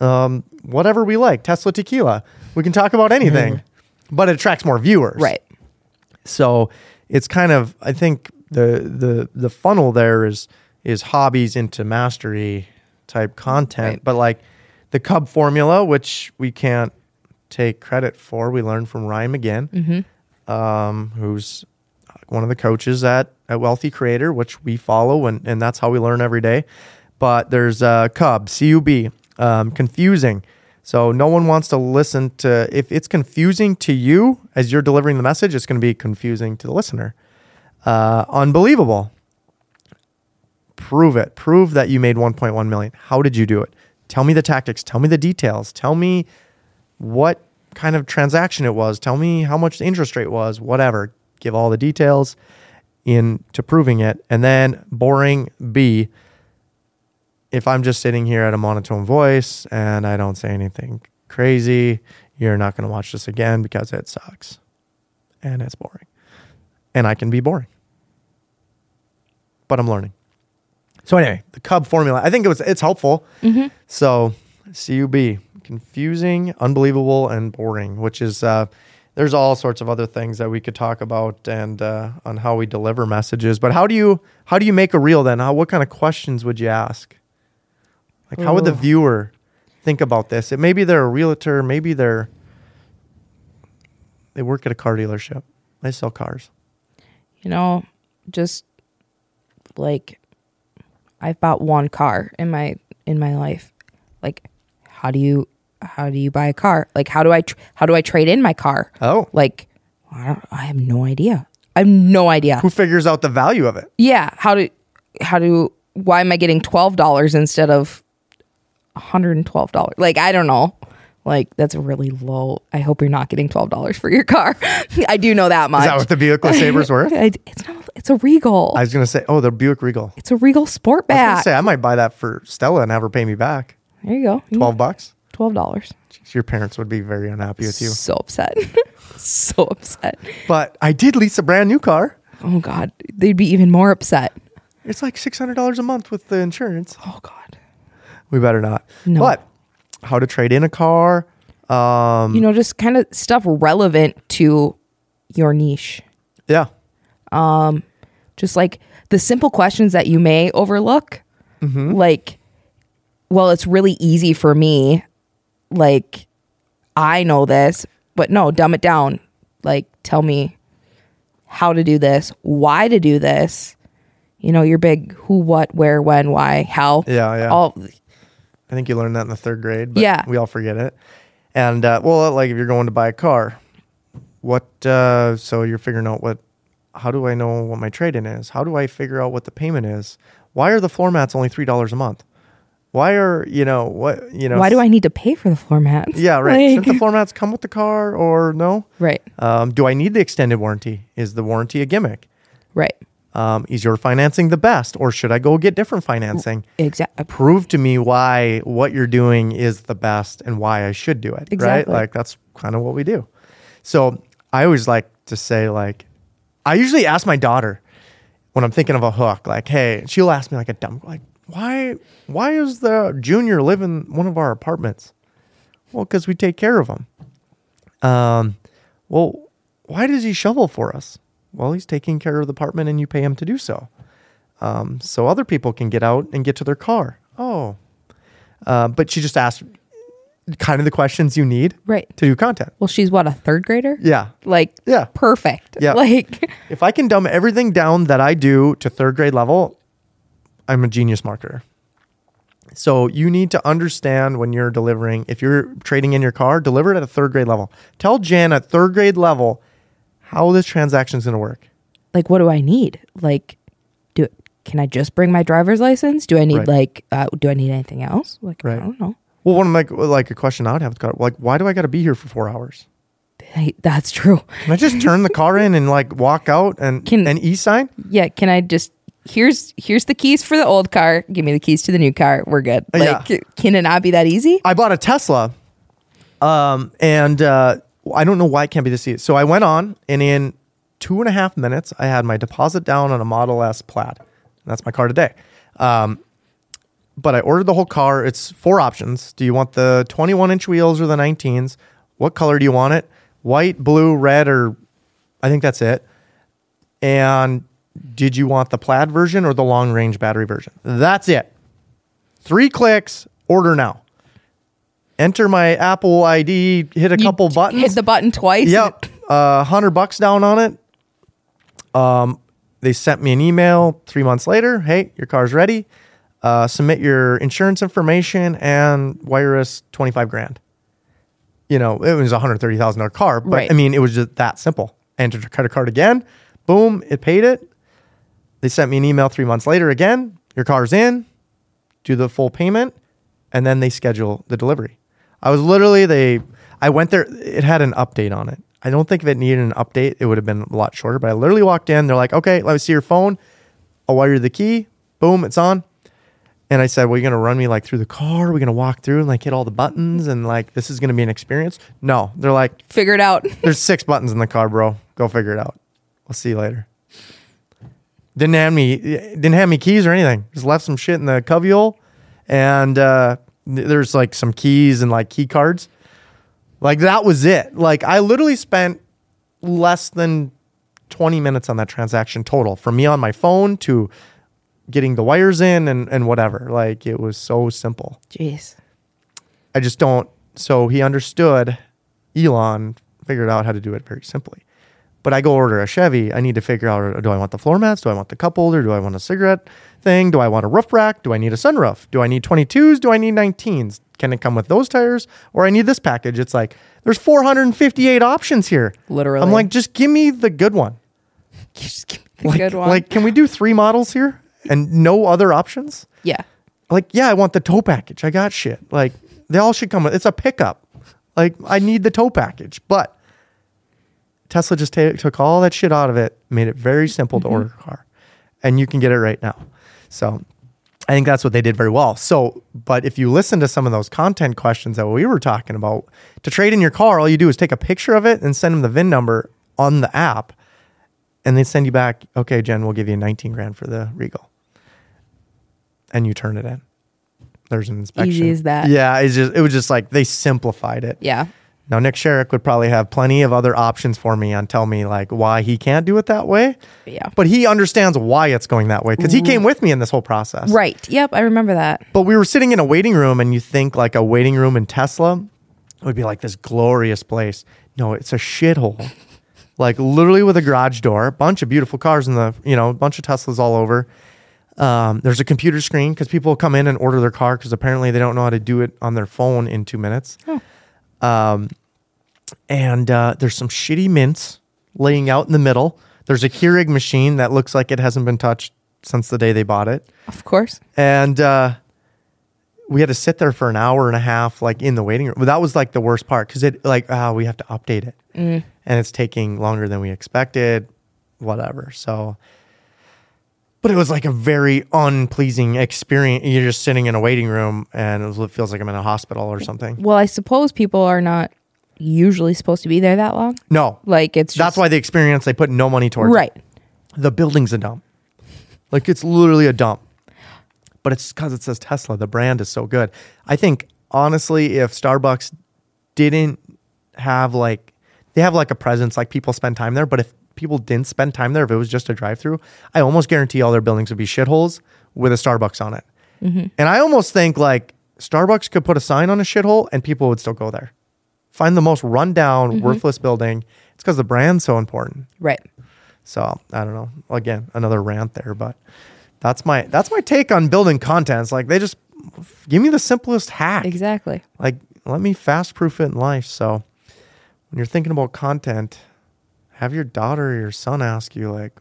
um, whatever we like, Tesla tequila. We can talk about anything, but it attracts more viewers. Mm-hmm. Right. So it's kind of I think the the the funnel there is is hobbies into mastery type content, Right. but like the Cub formula, which we can't take credit for, we learned from Ryan McGinn, Mm-hmm. um, who's one of the coaches at at Wealthy Creator, which we follow, and and that's how we learn every day. But there's uh, Cub C U B um, confusing. So no one wants to listen to if it's confusing to you as you're delivering the message, it's going to be confusing to the listener. Uh, unbelievable. Prove it. Prove that you made 1.1 million. How did you do it? Tell me the tactics. Tell me the details. Tell me what kind of transaction it was. Tell me how much the interest rate was. Whatever. Give all the details into proving it. And then boring B. If I'm just sitting here at a monotone voice and I don't say anything crazy, you're not going to watch this again because it sucks and it's boring. And I can be boring. But I'm learning. So anyway, the Cub formula. I think it was it's helpful. So CUB confusing, unbelievable, and boring. Which is uh, there's all sorts of other things that we could talk about and uh, on how we deliver messages. But how do you how do you make a reel then? How, what kind of questions would you ask? Like how would the Ooh. viewer think about this? It maybe they're a realtor, maybe they're they work at a car dealership. They sell cars. You know, just like I've bought one car in my in my life. Like how do you how do you buy a car? Like how do I tr- how do I trade in my car? Oh, Like I, don't, I have no idea. I have no idea. who figures out the value of it? Yeah, how do how do why am I getting $12 instead of $112? Like I don't know. Like that's really low. I hope you're not getting $12 for your car. I do know that much. Is that what the vehicle saver's worth? I- it's not. It's a Regal. I was gonna say, oh, the Buick Regal. it's a I Regal was Sportback. gonna say I might buy that for Stella and have her pay me back There you go. twelve bucks. Twelve dollars. Jeez, Your parents would be very unhappy with you. So upset. so upset. But I did lease a brand new car. Oh God, they'd be even more upset. It's like six hundred dollars a month with the insurance. Oh God. We better not. No. But how to trade in a car? Um, You know, just kind of stuff relevant to your niche. yeah, Just like the simple questions that you may overlook. Mm-hmm. Like, well, it's really easy for me. Like, I know this, but no, dumb it down. Like, tell me how to do this, why to do this. You know, your big who, what, where, when, why, how. Yeah, yeah. All I think you learned that in the third grade. But Yeah. we all forget it. And uh, well, like if you're going to buy a car, what? Uh, so you're figuring out what? How do I know what my trade in is? How do I figure out what the payment is? Why are the floor mats only three dollars a month? Why are you know what you know? Why do I need to pay for the floor mats? Yeah, right. Like- Shouldn't the floor mats come with the car or no? right, Um, do I need the extended warranty? Is the warranty a gimmick? right, Um, is your financing the best, or should I go get different financing? exactly. Prove to me why what you're doing is the best and why I should do it. Right? Exactly. Like that's kind of what we do. So I always like to say like, I usually ask my daughter when I'm thinking of a hook, like, hey, she'll ask me like a dumb like, why why is the junior live in one of our apartments? Well, because we take care of him. Um, well, why does he shovel for us? Well, he's taking care of the apartment and you pay him to do so. Um, so other people can get out and get to their car. Oh. Uh, but she just asked kind of the questions you need Right. to do content. Well, she's what a third grader. Yeah. Like Yeah. perfect. Yeah. Like If I can dumb everything down that I do to third grade level, I'm a genius marketer. So you need to understand when you're delivering, if you're trading in your car, deliver it at a third grade level. Tell Jan at third grade level how this transaction is going to work. like what do I need? Like do can I just bring my driver's license? Do I need Right. like uh, do I need anything else? Like Right. I don't know. Well, one of like like a question I would have to go, like, why do I got to be here for four hours? Hey, that's true. Can I just turn the car in and like walk out and Can- and e sign? Yeah, can I just here's here's the keys for the old car. Give me the keys to the new car. We're good. Yeah. Like can it not be that easy? I bought a Tesla, um, and uh, I don't know why it can't be this easy. So I went on, and in two and a half minutes, I had my deposit down on a Model S Plaid. That's my car today. Um, but I ordered the whole car. It's four options. Do you want the 21 inch wheels or the 19s? What color do you want it? White, blue, red, or I think that's it. And did you want the plaid version or the long range battery version? That's it. Three clicks, order now. Enter my Apple ID, hit a You couple d- buttons. Hit the button twice. Yep. Uh, 100 bucks down on it. Um, they sent me an email three months later. Hey, your car's ready. Uh, submit your insurance information and wire us 25 grand. You know, it was a $130,000 car, but Right. I mean, it was just that simple. Entered your credit card again. Boom, it paid it. They sent me an email three months later again. Your car's in do the full payment, and then they schedule the delivery. I was literally they. I went there. It had an update on it. I don't think if it needed an update, it would have been a lot shorter. But I literally walked in. They're like, "Okay, let me see your phone. I'll wire you the key. Boom, it's on." And I said, "Well, you're gonna run me like through the car. We're gonna walk through and like hit all the buttons, and like this is gonna be an experience." No, they're like, Figure it out. there's six buttons in the car, bro. Go figure it out. We'll see you later. Didn't have me didn't have me keys or anything. Just left some shit in the cubbyhole, and uh, th- there's like some keys and like key cards. Like that was it. Like I literally spent less than 20 minutes on that transaction total from me on my phone to getting the wires in and, and whatever. Like it was so simple. Jeez. I just don't. So he understood. Elon figured out how to do it very simply. But I go order a Chevy. I need to figure out: Do I want the floor mats? Do I want the cup holder? Do I want a cigarette thing? Do I want a roof rack? Do I need a sunroof? Do I need 22s? Do I need 19s? Can it come with those tires? Or I need this package. It's like there's 458 options here. Literally. I'm like, just give me the good one. Just give me the Like, good one. like, can we do three models here and no other options? yeah. like yeah i want the tow package i got shit like they all should come with it's a pickup like i need the tow package but tesla just ta- took all that shit out of it made it very simple Mm-hmm. to order a car and you can get it right now so i think that's what they did very well so but if you listen to some of those content questions that we were talking about to trade in your car all you do is take a picture of it and send them the vin number on the app and they send you back okay jen we'll give you 19 grand for the regal and you turn it in. There's an inspection. as that. Yeah, it's just it was just like they simplified it. Yeah. Now Nick Sherrick would probably have plenty of other options for me on tell me like why he can't do it that way. Yeah. But he understands why it's going that way because he came with me in this whole process. Right. Yep. I remember that. But we were sitting in a waiting room, and you think like a waiting room in Tesla would be like this glorious place. No, it's a shithole. like literally with a garage door, a bunch of beautiful cars in the, you know, a bunch of Teslas all over. Um, there's a computer screen because people come in and order their car because apparently they don't know how to do it on their phone in two minutes. Um, and uh, there's some shitty mints laying out in the middle. There's a Keurig machine that looks like it hasn't been touched since the day they bought it Of course. and uh, we had to sit there for an hour and a half, like in the waiting room. That was like the worst part because it, like, ah, we have to update it, Mm. and it's taking longer than we expected. Whatever. So, but it was like a very unpleasing experience. You're just sitting in a waiting room, and it, was, it feels like I'm in a hospital or something. Well, I suppose people are not usually supposed to be there that long. No, Like it's just that's why the experience they put no money towards. it. right. The building's a dump. Like it's literally a dump. But it's because it says Tesla. The brand is so good. I think honestly, if Starbucks didn't have like they have like a presence, like people spend time there. But if people didn't spend time there, if it was just a drive-through, I almost guarantee all their buildings would be shitholes with a Starbucks on it. And I almost think like Starbucks could put a sign on a shithole and people would still go there. Find the most rundown, worthless building. It's because the brand's so important. Right. So I don't know. Again, another rant there, but that's my that's my take on building contents. Like they just give me the simplest hack. Exactly. Like let me fast proof it in life. So when you're thinking about content, have your daughter or your son ask you like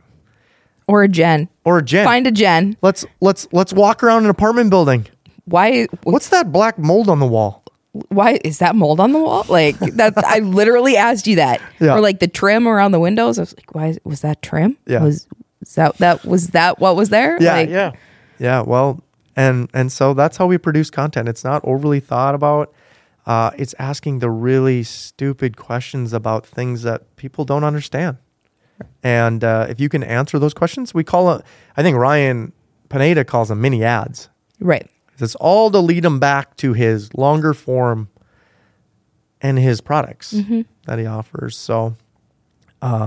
Or a Jen. or Jen. Find a Jen. let's let's let's walk around an apartment building. Why What's that black mold on the wall? why is that mold on the wall? Like that I literally asked you that. Yeah. Or like the trim around the windows. I was like, why is- was that trim? Yeah. Was, was that that was that what was there? Like, yeah. Yeah, well, and and so that's how we produce content. It's not overly thought about. Uh, it's asking the really stupid questions about things that people don't understand. And uh, if you can answer those questions, we call it, I think Ryan Pineda calls them mini ads. Right. It's all to lead him back to his longer form and his products Mm-hmm. that he offers. So, um,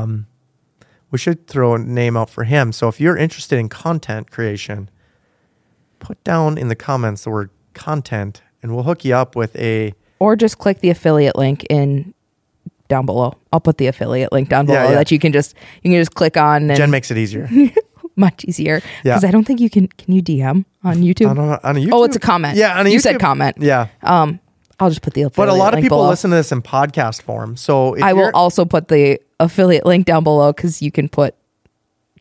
we should throw a name out for him. So, if you're interested in content creation, put down in the comments the word content, and we'll hook you up with a Or just click the affiliate link in down below. I'll put the affiliate link down Yeah, below yeah. that you can just you can just click on and Jen makes it easier much easier. Yeah. Because I don't think you can can you DM on YouTube? on a, on a YouTube. Oh, it's a comment. Yeah, on a You said YouTube- comment. Yeah, Um, I'll just put the affiliate but a lot of link people below. listen to this in podcast form. So if I will you're- also put the affiliate link down below because you can put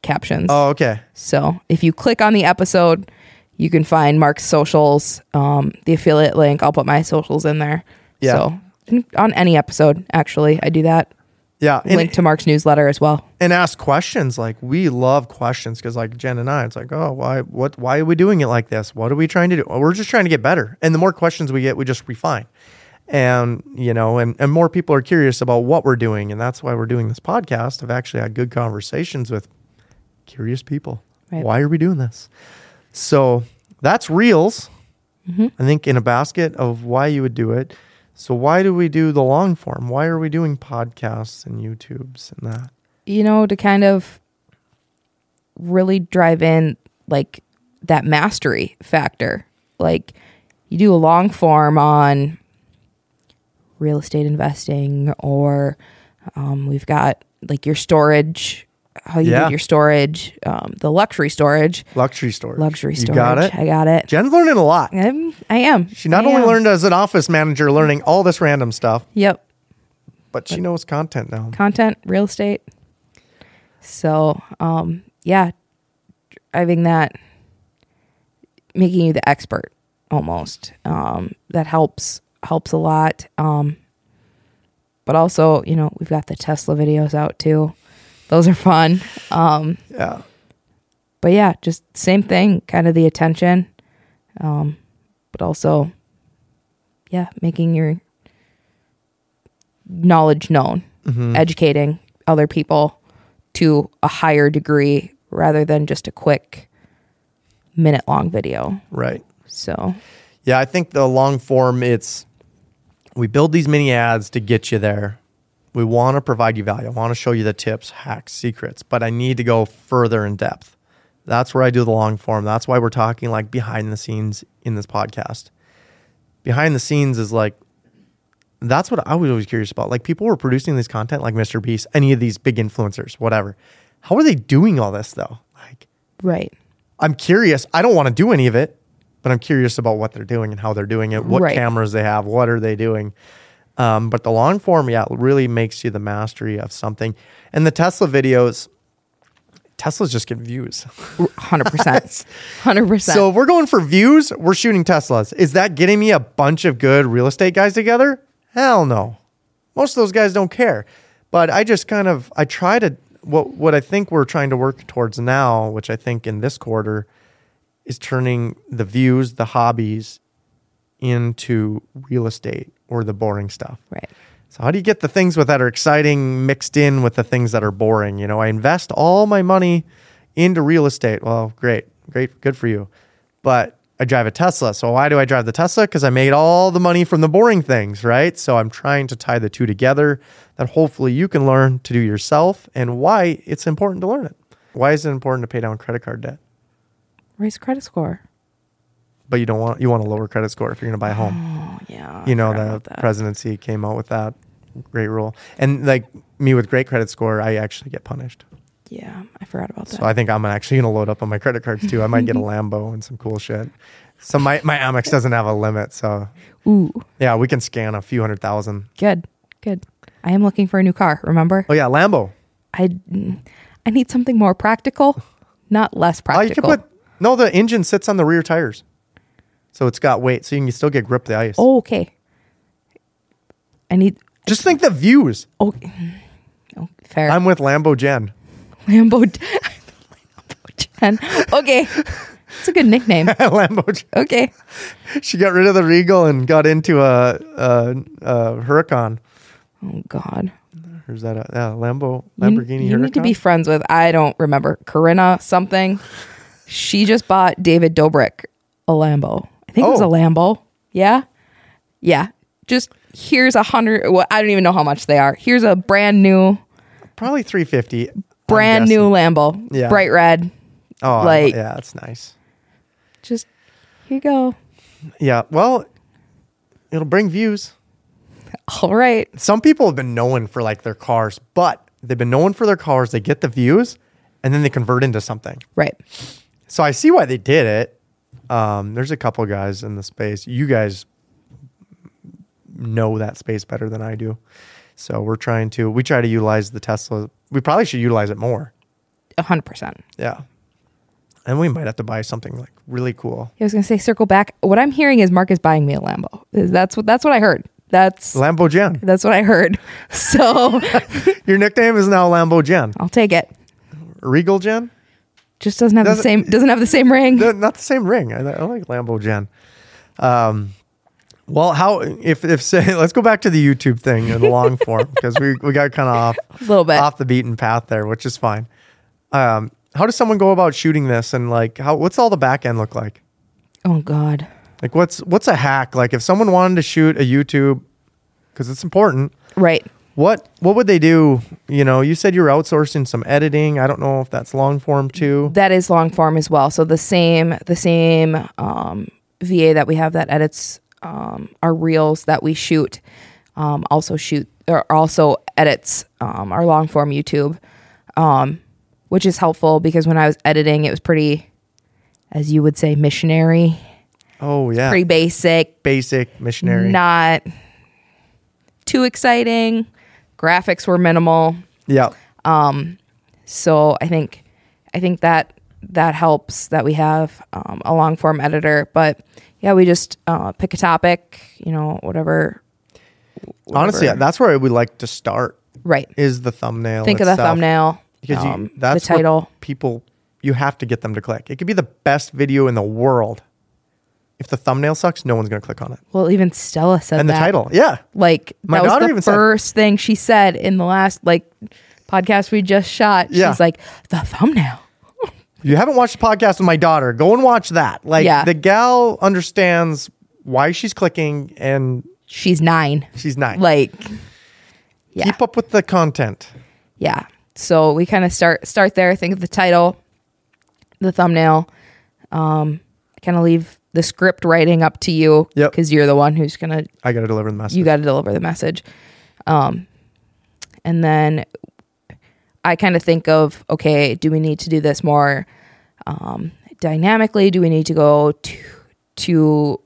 captions. Oh, okay. So if you click on the episode, you can find Mark's socials, um, the affiliate link. I'll put my socials in there. Yeah. So and on any episode, actually, I do that. Yeah, and- link to Mark's newsletter as well. and ask questions. Like we love questions because like Jen and I, it's like, oh, why what why are we doing it like this? What are we trying to do? Well, we're just trying to get better. And the more questions we get, we just refine. And you know, and, and more people are curious about what we're doing, and that's why we're doing this podcast. I've actually had good conversations with curious people. Right. Why are we doing this? So that's reels. I think in a basket of why you would do it. So why do we do the long form? Why are we doing podcasts and YouTubes and that? you know, to kind of really drive in like that mastery factor. Like you do a long form on real estate investing, or um, we've got like your storage, how you Yeah. do your storage, um, the luxury storage, Luxury storage. luxury storage. You got it. I got it. Jen's learning a lot. I'm, I am. She not I only am. learned as an office manager, learning all this random stuff, Yep. but she knows content now. content, real estate. So, um, yeah, driving that, making you the expert almost. Um, that helps helps a lot. Um, but also, you know, we've got the Tesla videos out too. Those are fun. Um, Yeah. but yeah, just same thing, kind of the attention, um, but also, yeah, making your knowledge known, Mm-hmm. educating other people to a higher degree rather than just a quick minute long video. Right. So, Yeah, I think the long form it's we build these mini ads to get you there. We want to provide you value. I want to show you the tips, hacks, secrets, but I need to go further in depth. That's where I do the long form. That's why we're talking like behind the scenes in this podcast. Behind the scenes is like that's what I was always curious about. Like people were producing this content like Mr. Beast, any of these big influencers, whatever. How are they doing all this though? Like right. I'm curious. I don't want to do any of it, but I'm curious about what they're doing and how they're doing it, what Right. cameras they have, what are they doing. Um, but the long form, yeah, really makes you the mastery of something. And the Tesla videos, Tesla's just getting views. 100%. 100%. So if we're going for views, we're shooting Teslas. Is that getting me a bunch of good real estate guys together? Hell no. Most of those guys don't care. But I just kind of I try to what what I think we're trying to work towards now, which I think in this quarter is turning the views, the hobbies into real estate or the boring stuff. right. So how do you get the things with that are exciting mixed in with the things that are boring? You know, I invest all my money into real estate. Well, great, great, good for you. But I drive a Tesla. So why do I drive the Tesla? Because I made all the money from the boring things, right? So I'm trying to tie the two together that hopefully you can learn to do yourself and why it's important to learn it. Why is it important to pay down credit card debt? Raise credit score. But you don't want you want a lower credit score if you're gonna buy a home. Oh, yeah. I you know forgot the about that. presidency came out with that great rule and like me with great credit score i actually get punished Yeah, I forgot about that. so i think i'm actually going to load up on my credit cards too i might get a lambo and some cool shit so my, my amex doesn't have a limit so Ooh, yeah we can scan a few hundred thousand good. Good. I am looking for a new car, remember? oh yeah lambo I I need something more practical, not less oh you can practical. put no the engine sits on the rear tires so it's got weight so you can still get grip the ice oh, okay. I need just think the views oh, oh fair. i'm with lambo jen Lambo, Lambo Jen. Okay. It's a good nickname. lambo jen Okay. she got rid of the regal and got into a, a, a huracan Oh God. Or is that a yeah, Lambo You- Lamborghini You, need to Huracan? be friends with I don't remember Corinna something. She just bought David Dobrik a Lambo. I think it was a Oh. Lambo. Yeah, yeah. Just here's a hundred. Well, I don't even know how much they are. Here's a brand new, probably 350. I'm brand new guessing. Lambo. Yeah. bright red. Oh, I- like- yeah, that's nice. Just here you go. Yeah, well, it'll bring views. All right. Some people have been known for like their cars, but they've been known for their cars. They get the views, and then they convert into something. Right. So I see why they did it. Um, there's a couple guys in the space. You guys know that space better than I do. So we're trying to we try to utilize the Tesla. We probably should utilize it more. A hundred percent. Yeah. And we might have to buy something like really cool. I was gonna say circle back. What I'm hearing is Mark is buying me a Lambo. That's what. That's what I heard. That's Lambo Jen. that's what I heard. So Your nickname is now Lambo Jen. I'll take it. Regal Jen? just doesn't have the Doesn't- same doesn't have the same ring. No, not the same ring. I, I like Lambo Jen. Um, well, how if if say let's go back to the YouTube thing in the long form because we, we got kind of off A little bit. off the beaten path there, which is fine. Um, how does someone go about shooting this and like how what's all the back end look like? Oh God. Like what's what's a hack? Like if someone wanted to shoot a YouTube because it's important, Right. What what would they do? You know, you said you're outsourcing some editing. I don't know if that's long form too. That is long form as well. So the same the same um, VA that we have that edits um, our reels that we shoot um, also shoot or also edits um, our long form YouTube, um, which is helpful because when I was editing, it was pretty, as you would say, missionary, Oh yeah, pretty basic, basic missionary. not too exciting. Graphics were minimal. Yeah, So I think I think that that helps that we have um, a long form editor. But yeah, we just uh, pick a topic, you know, whatever. honestly, whatever. that's where I would like to start. right. Is the thumbnail? Think of the Oh, itself. thumbnail. because you, um, that's the title. What people, you have to get them to click. It could be the best video in the world. If the thumbnail sucks, no one's gonna click on it. Well, even Stella said And that. the title, yeah, Like My that was daughter the even said- first thing she said in the last like podcast we just shot. Yeah. She's like the thumbnail. If you haven't watched the podcast with my daughter, go and watch that. Like Yeah. the gal understands why she's clicking and She's nine. she's nine. Like yeah. Keep up with the content. yeah so we kind of start start there think of the title the thumbnail um kind of leave the script writing up to you Yep. because you're the one who's gonna I got to deliver the message. you got to deliver the message um and then i kind of think of okay do we need to do this more um dynamically do we need to go to to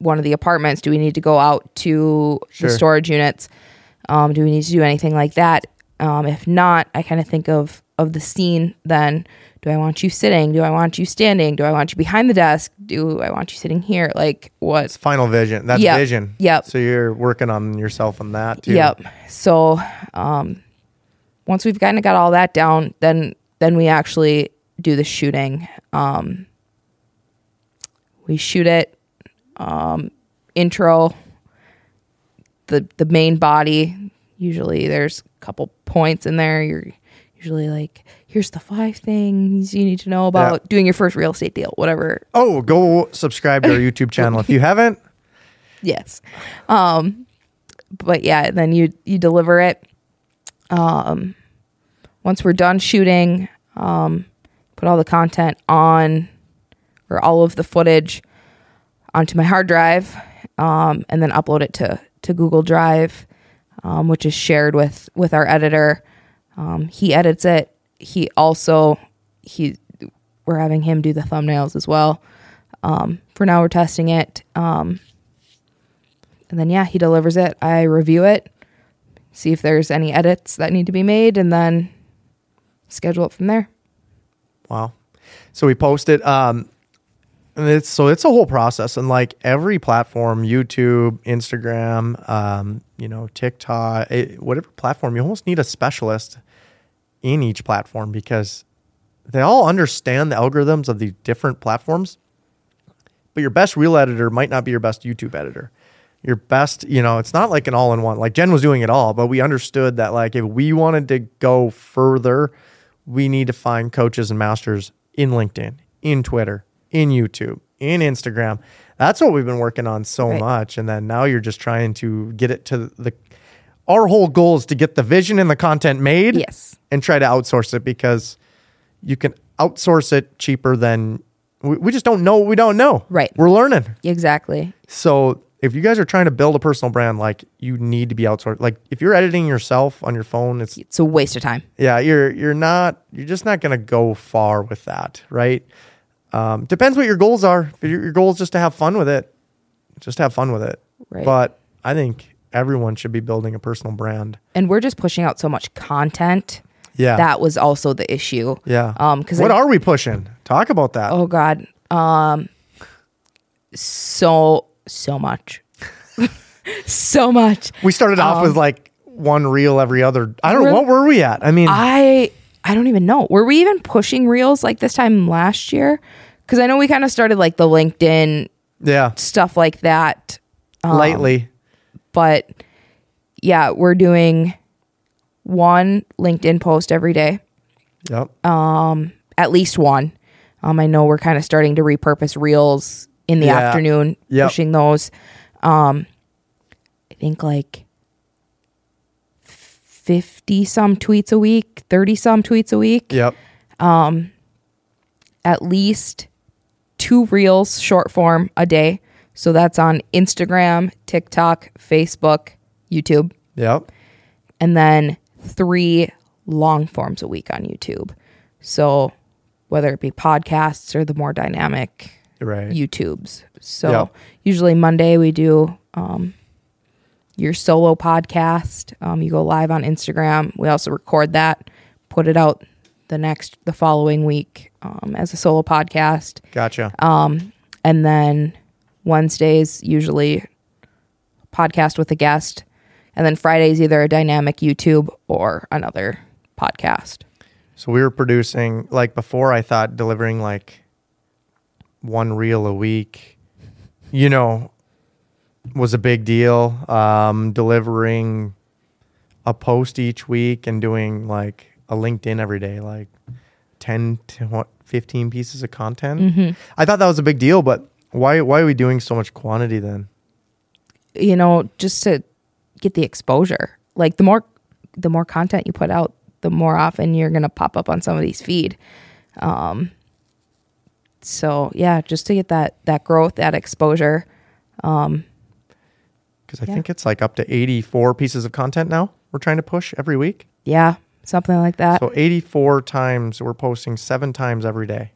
one of the apartments do we need to go out to Sure. the storage units um do we need to do anything like that um if not i kind of think of of the scene then do i want you sitting do i want you standing do i want you behind the desk do i want you sitting here like what It's final vision. That's Yep. vision. Yep. So you're working on yourself on that too. Yep. So um, once we've kind of got all that down, then then we actually do the shooting. Um, we shoot it. Um, intro. The the main body. Usually, there's a couple points in there. You're usually like, here's the five things you need to know about doing your first real estate deal, whatever Oh, go subscribe to our YouTube channel if you haven't. yes um but yeah then you you deliver it um once we're done shooting um put all the content on or all of the footage onto my hard drive um and then upload it to to google drive um which is shared with with our editor um he edits it he also he we're having him do the thumbnails as well um for now we're testing it um and then yeah, he delivers it. I review it, see if there's any edits that need to be made, and then schedule it from there. Wow. So we post it. Um, and it's so it's a whole process, and like every platform, YouTube, Instagram, um, you know, TikTok, it, whatever platform, you almost need a specialist in each platform because they all understand the algorithms of the different platforms. But your best reel editor might not be your best YouTube editor. Your best, you know, it's not like an all in one. Like Jen was doing it all, but we understood that like if we wanted to go further, we need to find coaches and masters in LinkedIn, in Twitter, in YouTube, in Instagram. That's what we've been working on so Right. much. And then now you're just trying to get it to the our whole goal is to get the vision and the content made Yes. and try to outsource it because you can outsource it cheaper than we, we just don't know what we don't know. Right. We're learning. Exactly. So if you guys are trying to build a personal brand, like you need to be outsourced. Like if you're editing yourself on your phone, it's It's a waste of time. yeah, you're you're not you're just not gonna go far with that, right? Um, depends what your goals are. If your, your goal is just to have fun with it, just have fun with it. Right. But I think everyone should be building a personal brand. And we're just pushing out so much content. Yeah. That was also the issue. Yeah. Um, 'cause what I- are we pushing? Talk about that. Oh God. Um so so much. so much. We started off with like one reel every other. I don't know what Really? were we at. I mean, I I don't even know. Were we even pushing reels like this time last year? Because I know we kind of started like the LinkedIn yeah, stuff like that lightly. but yeah, we're doing one LinkedIn post every day, Yep. at least one. Um, I know we're kind of starting to repurpose reels in the Yeah. afternoon, Yep. pushing those. Um, I think like fifty some tweets a week, thirty some tweets a week, yep. at least two reels short form a day. So that's on Instagram, TikTok, Facebook, YouTube. Yep. and then three long forms a week on YouTube. So whether it be podcasts or the more dynamic Right. YouTubes. So Yeah. usually Monday we do um, your solo podcast. Um, you go live on Instagram. We also record that, put it out the next, the following week um, as a solo podcast. gotcha. And then Wednesdays, usually podcast with a guest. And then Fridays, either a dynamic YouTube or another podcast. so we were producing like before. I thought delivering like one reel a week, you know, was a big deal. Um, delivering a post each week and doing like a LinkedIn every day, like 10 to what, 15 pieces of content. I thought that was a big deal, but why, why are we doing so much quantity then? You know, just to get the exposure. Like the more the more content you put out, the more often you're gonna pop up on somebody's feed. Um so yeah, just to get that that growth, that exposure. Because I Yeah. think it's like up to 84 pieces of content now we're trying to push every week. Yeah, something like that. So 84 times, we're posting seven times every day.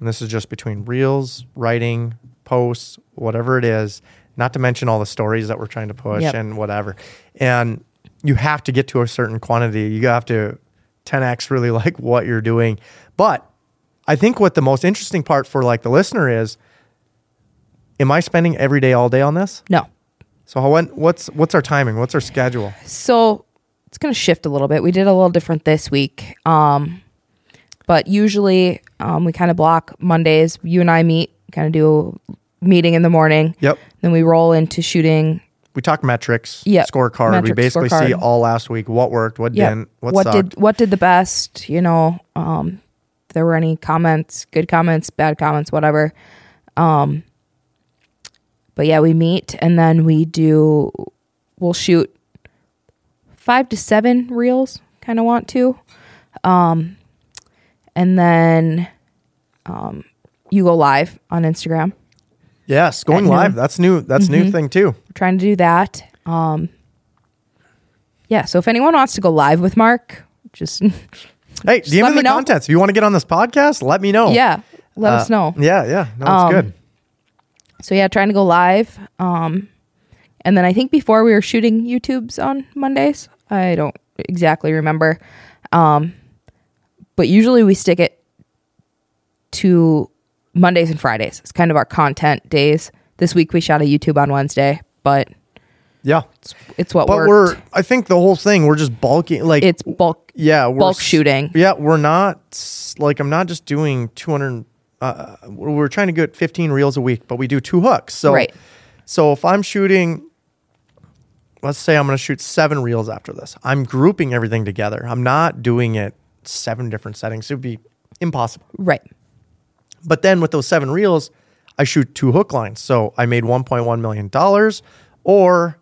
And this is just between reels, writing, posts, whatever it is, not to mention all the stories that we're trying to push Yep. and whatever. And you have to get to a certain quantity. You have to 10x really like what you're doing. But I think what the most interesting part for like the listener is am I spending every day all day on this? No. So how- when, what's what's our timing? What's our schedule? So it's going to shift a little bit. We did a little different this week. Um, but usually um, we kind of block Mondays. You and I meet, kind of do a meeting in the morning. Yep. Then we roll into shooting. We talk metrics, Yep. scorecard. we Metrics, basically see scorecard. all last week what worked, what Yeah. didn't, what, sucked. did what did the best? You know, um, if there were any comments, good comments, bad comments, whatever. Um, but yeah, we meet and then we do. We'll shoot five to seven reels. Kind of want to. Um, and then um, you go live on Instagram. Yes, going At live. That's new. That's Mm-hmm. new thing too. We're trying to do that. Um, yeah, so if anyone wants to go live with Mark, just Hey, DM in let me the know. contents. If you want to get on this podcast, let me know. yeah, let Uh, us know. Um, Yeah, yeah. No, it's good. So yeah, trying to go live. Um, and then I think before we were shooting YouTubes on Mondays. I don't exactly remember. Um, but usually we stick it to Mondays and Fridays. It's kind of our content days. This week we shot a YouTube on Wednesday, but Yeah. it's, it's what But worked. we're I think the whole thing, we're just bulking like it's bulk yeah, we're bulk s- shooting. Yeah, we're not s- like I'm not just doing 200 uh we're we're trying to get 15 reels a week, but we do two hooks. So Right. So if I'm shooting let's say I'm going to shoot 7 reels after this. I'm grouping everything together. I'm not doing it seven different settings. It would be impossible. right. But then with those seven reels, I shoot two hook lines. So I made $1.1 million or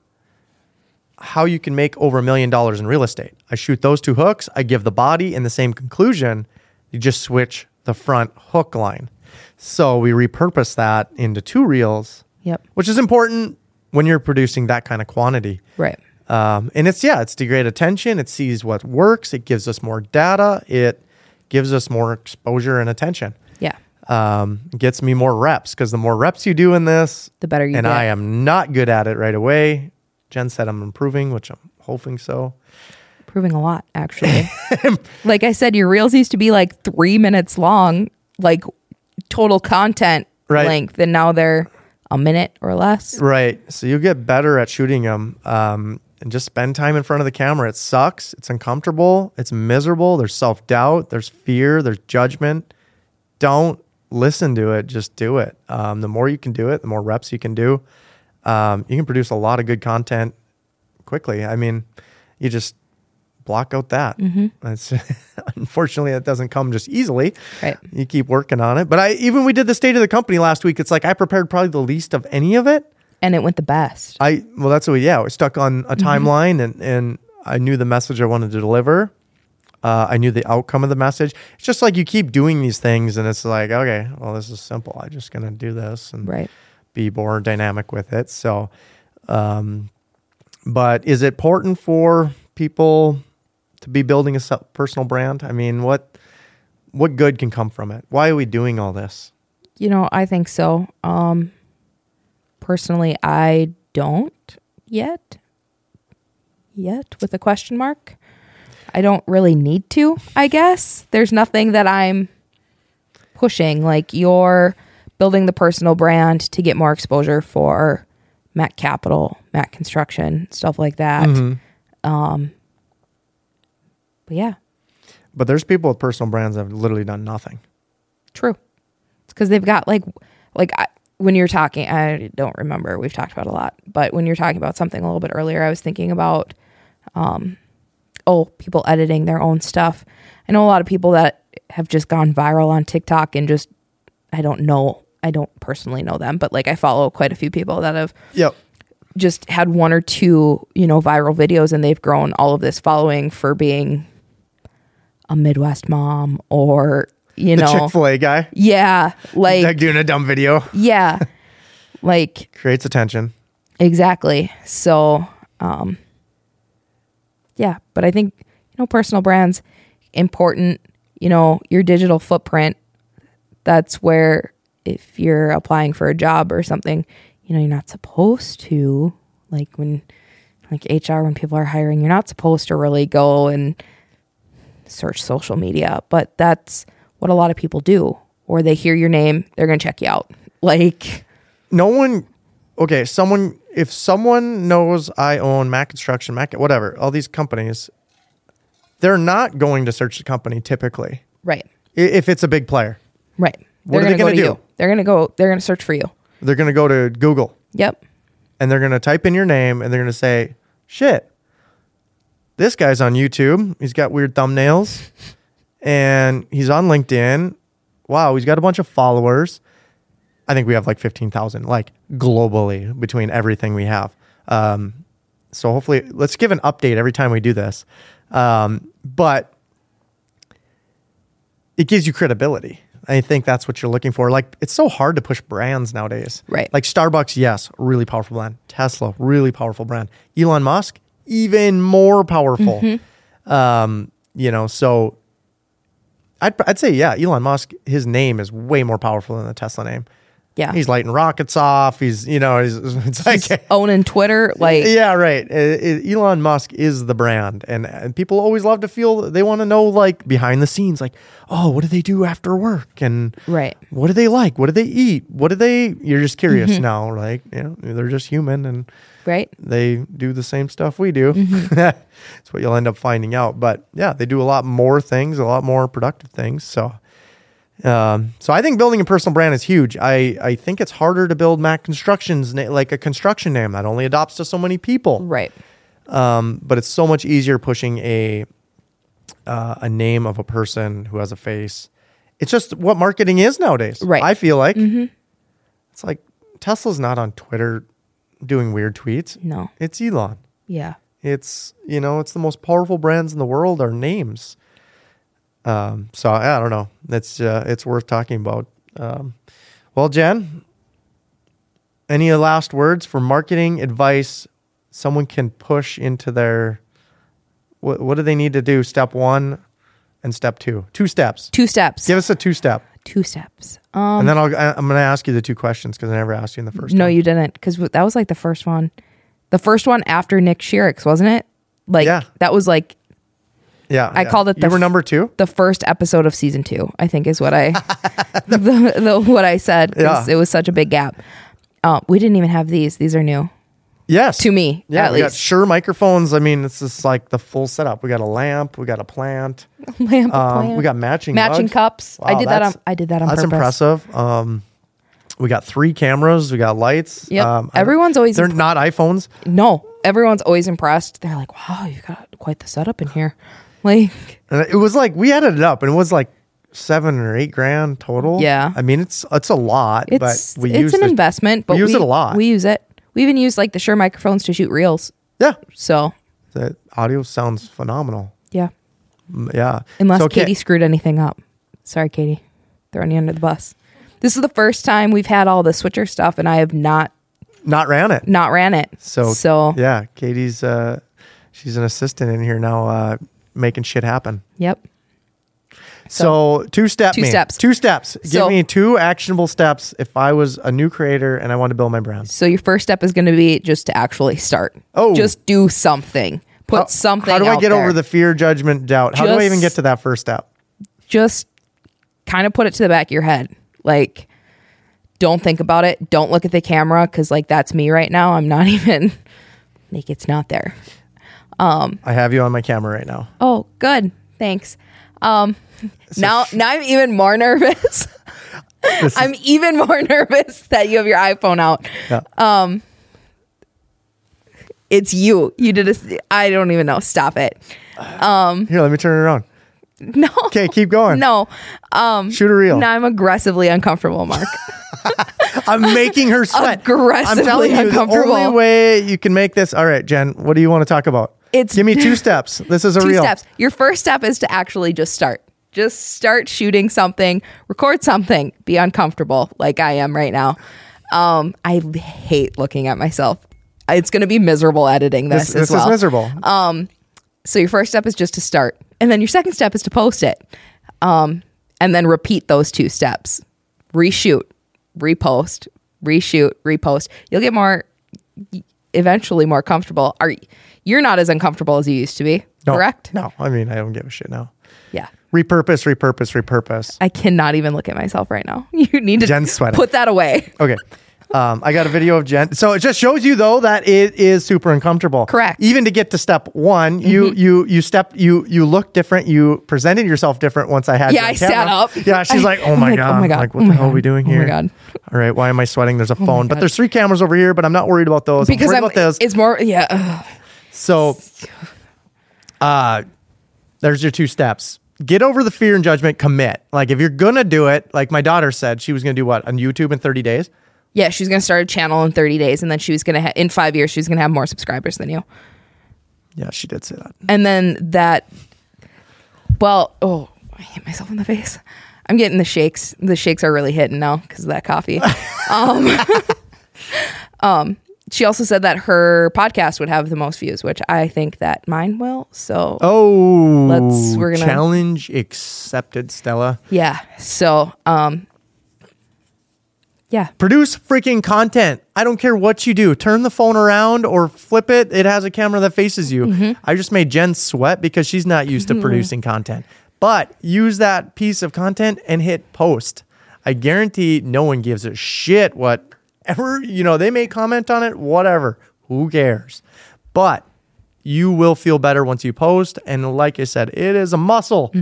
how you can make over a million dollars in real estate. I shoot those two hooks. I give the body and the same conclusion. You just switch the front hook line. So we repurpose that into two reels, Yep. which is important when you're producing that kind of quantity. Right. Um, and it's yeah, it's to great attention. It sees what works. It gives us more data. It gives us more exposure and attention Yeah. um, gets me more reps because the more reps you do in this, The better you and get. I am not good at it right away. Jen said I'm improving, which I'm hoping so. Proving a lot, actually. like I said, your reels used to be like three minutes long, like total content Right. length, and now they're a minute or less. Right. So you get better at shooting them um, and just spend time in front of the camera. It sucks. It's uncomfortable. It's miserable. There's self doubt. There's fear. There's judgment. Don't listen to it. Just do it. Um, the more you can do it, the more reps you can do. Um, you can produce a lot of good content quickly. I mean, you just block out that. That's, unfortunately, that doesn't come just easily Right. you keep working on it. But I even we did the state of the company last week. It's like I prepared probably the least of any of it. And it went the best. I well, that's what yeah. We're stuck on Mm-hmm. a timeline, and and I knew the message I wanted to deliver. Uh, I knew the outcome of the message. It's just like you keep doing these things, and it's like okay, well, this is simple. I'm just gonna do this and Right. be more dynamic with it. So, um, but is it important for people to be building a self- personal brand? I mean, what what good can come from it? Why are we doing all this? You know, I think so. Um personally I don't yet. Yet with a question mark. I don't really need to, I guess. There's nothing that I'm pushing. Like you're building the personal brand to get more exposure for Matt Capital, Matt Construction, stuff like that. Mm-hmm. Um but yeah, But there's people with personal brands that have literally done nothing. True. It's because they've got like, like I, when you're talking, I don't remember. We've talked about a lot, but when you're talking about something a little bit earlier, I was thinking about, um, oh, people editing their own stuff. I know a lot of people that have just gone viral on TikTok and just, I don't know. I don't personally know them, but like I follow quite a few people that have Yep. just had one or two, you know, viral videos and they've grown all of this following for being a Midwest mom or, you The know, Chick Fil A guy yeah, like like doing a dumb video yeah, like creates attention. exactly. So, um, yeah, but I think you know personal brands important. You know your digital footprint. That's where if you're applying for a job or something, you know you're not supposed to like when like HR when people are hiring, you're not supposed to really go and search social media, but that's what a lot of people do. Or they hear your name, they're going to check you out. Like, no one okay someone if someone knows i own mac construction mac whatever all these companies they're not going to search the company typically right, i- if it's a big player right. What they're are they gonna gonna go do? you. They're going to go, they're going to search for you. they're going to go to google Yep. and they're going to type in your name and they're going to say shit this guy's on youtube he's got weird thumbnails and he's on linkedin wow he's got a bunch of followers i think we have like 15000 like globally between everything we have um, so hopefully let's give an update every time we do this um, but it gives you credibility i think that's what you're looking for like it's so hard to push brands nowadays Right. like starbucks yes really powerful brand tesla really powerful brand elon musk even more powerful um, you know so I'd, I'd say yeah elon musk his name is way more powerful than the tesla name Yeah. he's lighting rockets off he's you know he's, it's like Owning Twitter, like, yeah, right. Uh, uh, Elon Musk is the brand, and, and people always love to feel they want to know like behind the scenes, like, oh, what do they do after work, and Right. what do they like, what do they eat, what do they? You're just curious now, like, you know, they're just human, and right? they do the same stuff we do. That's what you'll end up finding out. But yeah, they do a lot more things, a lot more productive things. So, um, so I think building a personal brand is huge. I I think it's harder to build Mac Constructions na- like a construction name that only adopts to so many people. Right. Um, but it's so much easier pushing a uh, a name of a person who has a face. It's just what marketing is nowadays. Right. I feel like it's like Tesla's not on Twitter doing weird tweets. No. It's Elon. Yeah. It's you know, it's the most powerful brands in the world are names. Um, so I, I don't know. That's uh, it's worth talking about. Um, well, Jen, any last words for marketing advice someone can push into their? What, what do they need to do? Step one and step two. Two steps. Two steps. Give us a two step, Two steps. Um, and then I'll, I, I'm going to ask you the two questions because I never asked you in the first. no, one. you didn't, because that was like the first one, the first one after Nick Sherrick's, wasn't it? Like Yeah. that was like yeah, I yeah. called it You the were f- number two. the first episode of season two. I think is what I the, the, what I said. 'cause Yeah. it was such a big gap. Uh, we didn't even have these. These are new Yes, to me, Yeah, at we got least. sure microphones. I mean, it's just like the full setup. We got a lamp, we got a plant, Lamp um, plant. we got matching matching mugs. cups. I Wow, did that on. that's- I did that on That's purpose. impressive. Um, we got three cameras, we got lights. Yep. Um, I- Everyone's always they're not iPhones. No, everyone's always impressed. They're like, "Wow, you got quite the setup in here." Like, And it was like we added it up, and it was like seven or eight grand total. Yeah. I mean it's it's a lot, it's but we it's used an it. investment, but use it a lot. We use it. We even use like the Shure microphones to shoot reels. Yeah, So the audio sounds phenomenal. yeah, Mm, Yeah, unless So, okay. Katie screwed anything up. Sorry, Katie, throwing you under the bus. This is the first time we've had all the switcher stuff, and I have not not ran it. not ran it. So so yeah, Katie's uh, she's an assistant in here now, uh, making shit happen. yep. So, two step Two me. steps. Two steps. Give So- me two actionable steps if I was a new creator and I want to build my brand. So your first step is going to be just to actually start. Oh. just do something. Put something. How do I out get there. over the fear, judgment, doubt? How do I even get Just- to that first step? just kind of put it to the back of your head. Like, don't think about it. Don't look at the camera because, like, that's me right now. I'm not even, like, it's not there. I have you on my camera right now. Oh, good. Thanks. Um, now, now I'm even more nervous. This I'm even more nervous that you have your iPhone out. Yeah. Um, it's you. You did a. I don't even know. Stop it. Here, let me turn it around. No. Okay, keep going. No. Shoot a reel. Now I'm aggressively uncomfortable, Mark. I'm making her sweat. Aggressively I'm telling you, the uncomfortable. only way you can make this. All right, Jen, what do you want to talk about? It's- give me two steps. This is a two reel. steps. Your first step is to actually just start. Just start shooting something, record something, be uncomfortable like I am right now. Um, I hate looking at myself. It's going to be miserable editing this, This, this as well. Uh, is miserable. So your first step is just to start, and then your second step is to post it, um, and then repeat those two steps: reshoot, repost, reshoot, repost. You'll get more, eventually, more comfortable. Are you're not as uncomfortable as you used to be? No, correct? No, I mean I don't give a shit now. Yeah. Repurpose, repurpose, repurpose. I cannot even look at myself right now. You need to Jen's sweating. put that away. Okay. Um, I got a video of Jen. So it just shows you though that it is super uncomfortable. Correct. Mm-hmm. Even to get to step one, you you you step you you look different. You presented yourself different once I had. Yeah, you on I sat camera. up. Yeah, she's I- like, oh I'm my like, god, oh my God, like what oh the my hell are we God, doing oh my here? God. Oh All right, why am I sweating? There's a phone, but God. there's three cameras over here, but I'm not worried about those. Because I'm I'm, worried about those. it's more, yeah. ugh. So, uh, there's your two steps. Get over the fear and judgment. Commit. Like if you're gonna do it, like my daughter said, she was gonna do what on YouTube in 30 days. Yeah, she's going to start a channel in 30 days and then she was going to, ha- in five years, she's going to have more subscribers than you. Yeah, she did say that. And then that, well, oh, I hit myself in the face. I'm getting the shakes. The shakes are really hitting now because of that coffee. um, um, she also said that her podcast would have the most views, which I think that mine will. So, Oh, Let's- we're gonna- challenge accepted, Stella. yeah. So, um, yeah. Produce freaking content. I don't care what you do. Turn the phone around or flip it. It has a camera that faces you. I just made Jen sweat because she's not used to producing content. But use that piece of content and hit post. I guarantee no one gives a shit whatever, you know, they may comment on it, whatever. Who cares? But you will feel better once you post. And like I said, it is a muscle.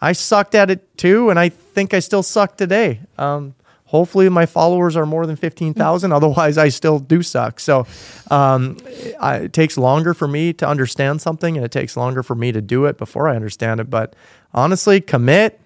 I sucked at it too, and I think I still suck today. Um, hopefully, my followers are more than 15,000. Otherwise, I still do suck. So um, I, it takes longer for me to understand something, and it takes longer for me to do it before I understand it. But honestly, commit,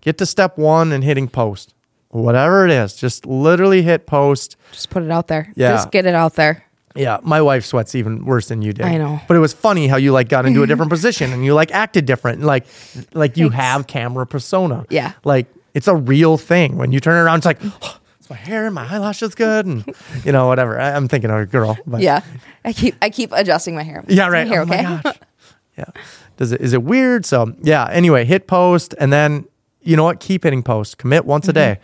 get to step one and hitting post. Whatever it is, just literally hit post. Just put it out there. Yeah. Just get it out there. Yeah, my wife sweats even worse than you did. I know. But it was funny how you like got into a different position and you like acted different. and, Like like you Thanks. have camera persona. Yeah. Like it's a real thing. When you turn around, it's like it's my hair and my eyelashes good and you know, whatever. I, am thinking of a girl. But Yeah. I keep I keep adjusting my hair. yeah, right. My hair, oh okay. my gosh. yeah. Does it is it weird? So yeah. Anyway, hit post and then you know what? Keep hitting post. Commit once Mm-hmm. a day.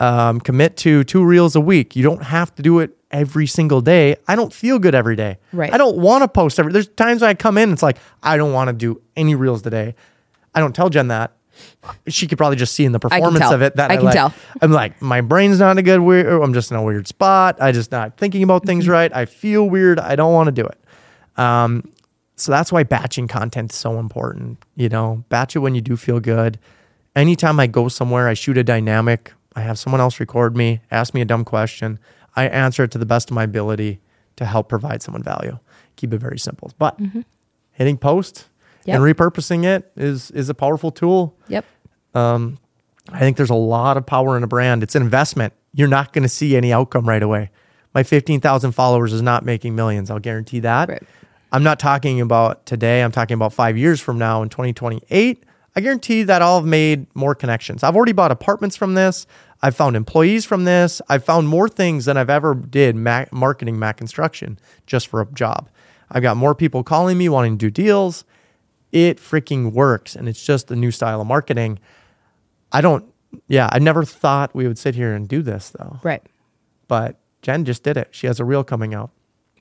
Um, commit to two reels a week. You don't have to do it every single day. I don't feel good every day. Right. I don't want to post every. There's times when I come in, it's like I don't want to do any reels today. I don't tell Jen that. She could probably just see in the performance tell. of it that I I can like- tell. I'm like, my brain's not in a good weird. I'm just in a weird spot. I just not thinking about things Mm-hmm. right. I feel weird. I don't want to do it. Um, so that's why batching content's so important. You know, batch it when you do feel good. Anytime I go somewhere, I shoot a dynamic. I have someone else record me, ask me a dumb question. I answer it to the best of my ability to help provide someone value. Keep it very simple. But hitting post Mm-hmm. Yep. and repurposing it is is a powerful tool. Yep. I think there's a lot of power in a brand. It's an investment. You're not going to see any outcome right away. My 15,000 followers is not making millions. I'll guarantee that. Right. I'm not talking about today. I'm talking about five years from now in 2028. I guarantee that I'll have made more connections. I've already bought apartments from this. I've found employees from this. I've found more things than I've ever did ma- marketing Mac Construction just for a job. I've got more people calling me wanting to do deals. It freaking works. And it's just a new style of marketing. I don't, yeah, I never thought we would sit here and do this though. Right. But Jen just did it. She has a reel coming out.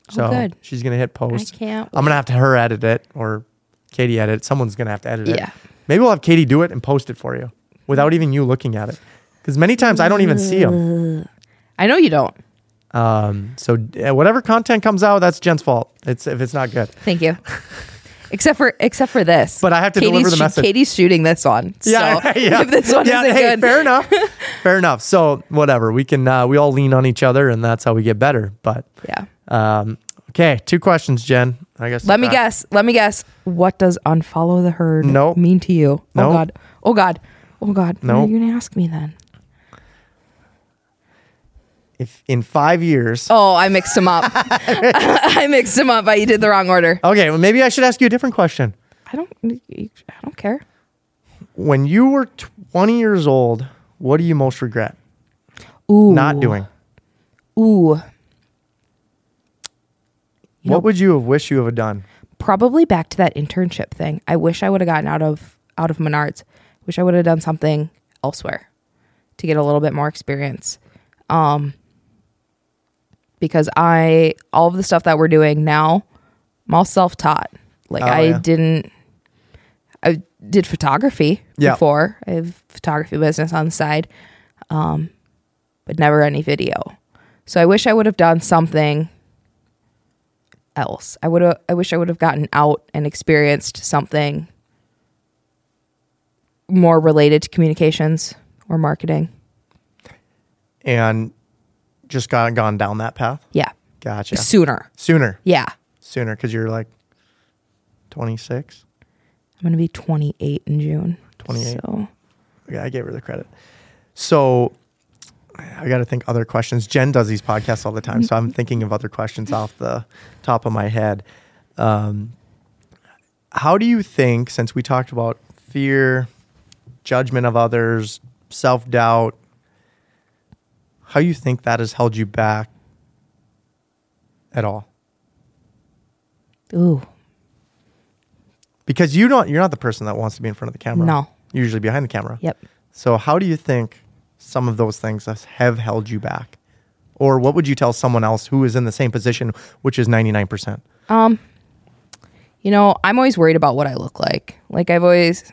So Oh, good. she's going to hit post. I can't I'm going to have to her edit it or Katie edit it. Someone's going to have to edit it. Yeah. Maybe we'll have Katie do it and post it for you without even you looking at it. Because many times I don't even see them. I know you don't. Um, so uh, whatever content comes out, that's Jen's fault. It's if it's not good. Thank you. except for except for this. But I have to Katie's deliver the shoo- message. Katie's shooting this one. Yeah, so yeah. if this one Yeah, isn't hey, good. Fair enough. fair enough. So whatever. We can uh, we all lean on each other and that's how we get better. But Yeah. Um, okay, two questions, Jen. I guess. Let me uh, guess. Let me guess. What does unfollow the herd Nope. mean to you? Nope. Oh god. Oh god. Oh god. What Nope. are you gonna ask me then? If in five years. Oh, I mixed them up. I mixed them up. I did the wrong order. Okay, well, maybe I should ask you a different question. I don't. I don't care. When you were 20 years old, what do you most regret Ooh. not doing? Ooh. what would you have wished you would have done? probably back to that internship thing. I wish I would have gotten out of out of Menards. Wish I would have done something elsewhere to get a little bit more experience. Um because I all of the stuff that we're doing now, I'm all self-taught. Like Oh, I yeah. didn't I did photography Yeah. before. I have a photography business on the side, um, but never any video. So I wish I would have done something else. I would have. I wish I would have gotten out and experienced something more related to communications or marketing. and just got gone down that path. Yeah, Gotcha. sooner. Sooner, Yeah, sooner, because you're like 26. I'm gonna be 28 in June. 28. So Yeah, I gave her the credit. So I got to think other questions. Jen does these podcasts all the time, so Mm-hmm. I'm thinking of other questions off the top of my head. Um, how do you think, since we talked about fear, judgment of others, self doubt, how you think that has held you back at all? ooh, Because you don't, you're not the person that wants to be in front of the camera. No. You're usually behind the camera. yep. So, how do you think some of those things has- have held you back? Or what would you tell someone else who is in the same position, which is 99%? You know, I'm always worried about what I look like. Like I've always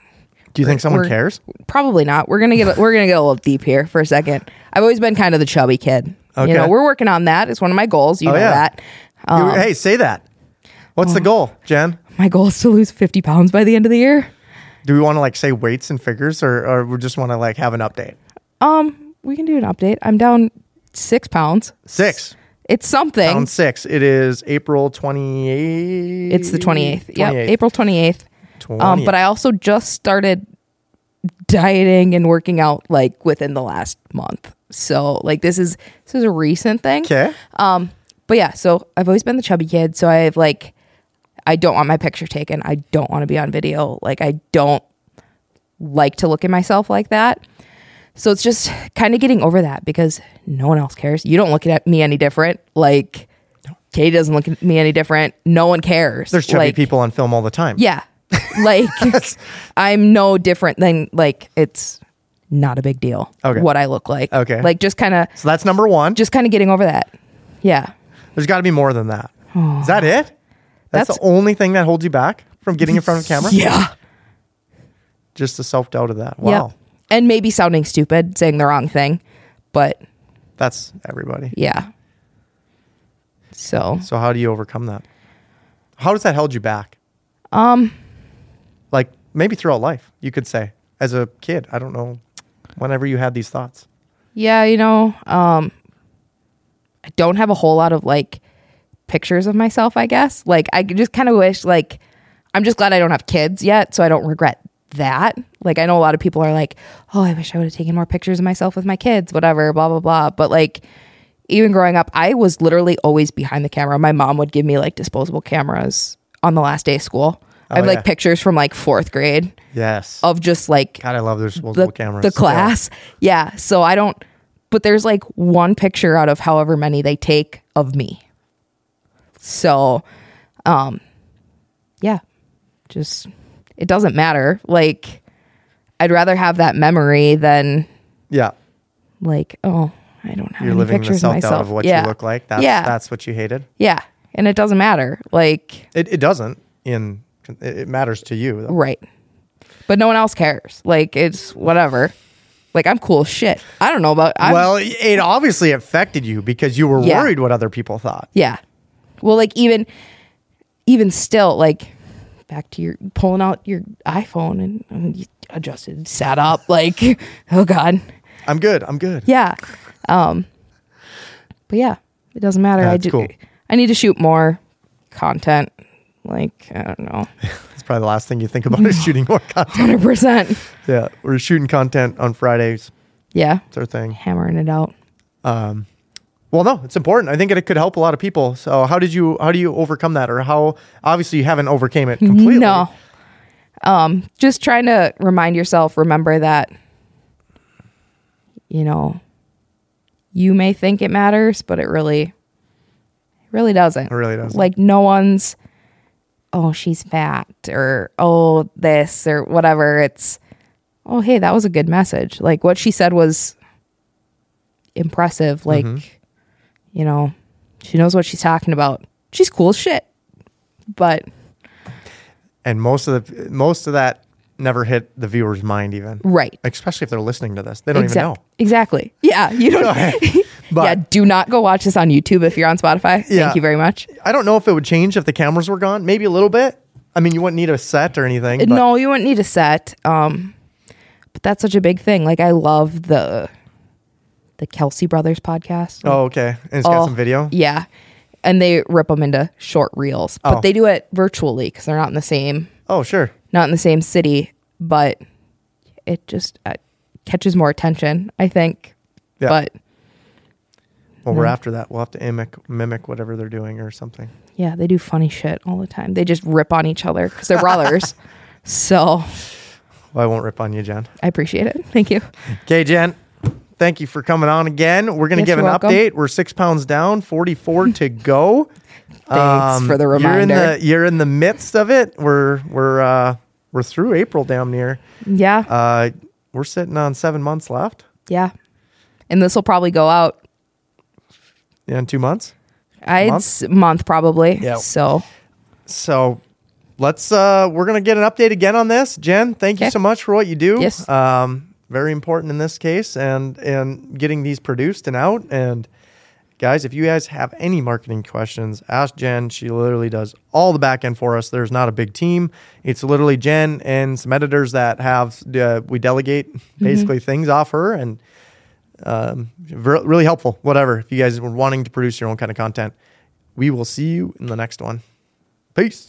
Do you think someone We're- cares? probably not. We're gonna get we're gonna get a little deep here for a second. I've always been kind of the chubby kid. Okay. You know, we're working on that. It's one of my goals. You Oh, know yeah. that. Um, Oh. hey, say that. What's the goal, Jen? My goal is to lose 50 pounds by the end of the year. Do we want to like say weights and figures or, or we just want to like have an update? Um, we can do an update. I'm down six pounds. Six. It's something. Pound six. It is April 28th. It's the 28th. Yeah, 28th. April 28th. Um, but I also just started dieting and working out like within the last month. So like this is this is a recent thing. Okay. Um, but yeah, so I've always been the chubby kid. So I've like, I don't want my picture taken. I don't want to be on video. Like, I don't like to look at myself like that. So it's just kind of getting over that because no one else cares. You don't look at me any different. Like, Katie doesn't look at me any different. No one cares. There's chubby Like, people on film all the time. Yeah. Like, I'm no different than, like, it's not a big deal Okay. what I look like. Okay. Like, just kind of, So that's number one. just kind of getting over that. Yeah. There's got to be more than that. Is that it? That's, That's- the only thing that holds you back from getting in front of camera? Yeah. Just the self doubt of that. Yeah, Wow. And maybe sounding stupid, saying the wrong thing, but That's everybody. yeah. So So, how do you overcome that? How does that hold you back? Um, like maybe throughout life, you could say, as a kid, I don't know, whenever you had these thoughts. yeah, you know, um, I don't have a whole lot of like pictures of myself. I guess like I just kind of wish like I'm just glad I don't have kids yet, so I don't regret that. Like I know a lot of people are like, oh, I wish I would have taken more pictures of myself with my kids, whatever, blah blah blah. But like. Even growing up, I was literally always behind the camera. My mom would give me like disposable cameras on the last day of school. I have Oh, like yeah. pictures from like fourth grade Yes. of just like God, I love those disposable Oh. the, cameras. the class. Yeah. So I don't, but there's like one picture out of however many they take of me. So, um, yeah, just, it doesn't matter. Like, I'd rather have that memory than Yeah. like, oh, I don't have You're any living the pictures of self doubt myself. of what yeah. you look like. That's, yeah. that's what you hated. yeah. And it doesn't matter. Like, It, it doesn't in, it it matters to you. though. right. But no one else cares. Like, it's whatever. Like, I'm cool as shit. I don't know about, I'm, well, it obviously affected you because you were Yeah. worried what other people thought. Yeah. Well, like even even still, like back to your pulling out your iPhone and, and you adjusted, sat up, like oh god, I'm good. I'm good. yeah. Um, but yeah, it doesn't matter. I That's do. cool. I need to shoot more content. Like I don't know, It's probably the last thing you think about is shooting more content. hundred percent. Yeah, we're shooting content on Fridays. Yeah, It's our thing. hammering it out. Um, well, no, it's important. I think it could help a lot of people. So, how did you how do you overcome that, or how? Obviously, you haven't overcame it completely. No. Um, just trying to remind yourself, remember that, you know, you may think it matters, but it really, it really doesn't. It really doesn't. Like no one's, oh, she's fat or, oh, this or whatever. It's, oh, hey, that was a good message. Like what she said was impressive. Like, Mm-hmm. you know, she knows what she's talking about. She's cool as shit. But and most of the most of that never hit the viewer's mind even. Right. Especially if they're listening to this. They don't Exact- even know. Exactly. Yeah. You don't. But- yeah. Do not go watch this on YouTube if you're on Spotify. Yeah. Thank you very much. I don't know if it would change if the cameras were gone. Maybe a little bit. I mean, you wouldn't need a set or anything. but- no, you wouldn't need a set. Um, but that's such a big thing. Like I love the the Kelsey Brothers podcast. Oh, okay. And it's got Oh, some video. Yeah. And they rip them into short reels, but Oh. they do it virtually because they're not in the same Oh, sure. not in the same city. But it just uh, catches more attention, I think. Yeah. But Well, we're after that. We'll have to mimic mimic whatever they're doing or something. yeah, they do funny shit all the time. They just rip on each other because they're brothers. so Well, I won't rip on you, Jen. I appreciate it. Thank you. Okay, Jen. Thank you for coming on again. We're going to Yes, give an you're welcome. update. We're six pounds down, 44 to go. Um, Thanks for the You're in the, reminder. you're in the midst of it. We're, we're, uh, we're through April damn near. Yeah. Uh, we're sitting on seven months left yeah. And this will probably go out in two months. I Month? month? month probably. Yeah. So So let's uh we're gonna get an update again on this. Jen, thank you Okay. so much for what you do. Yes. Um very important in this case and and getting these produced and out. And guys, if you guys have any marketing questions, ask Jen. She literally does all the back end for us. There's not a big team. It's literally Jen and some editors that have uh, we delegate Mm-hmm. basically things off her and um, ver- really helpful. Whatever. If you guys were wanting to produce your own kind of content, we will see you in the next one. Peace.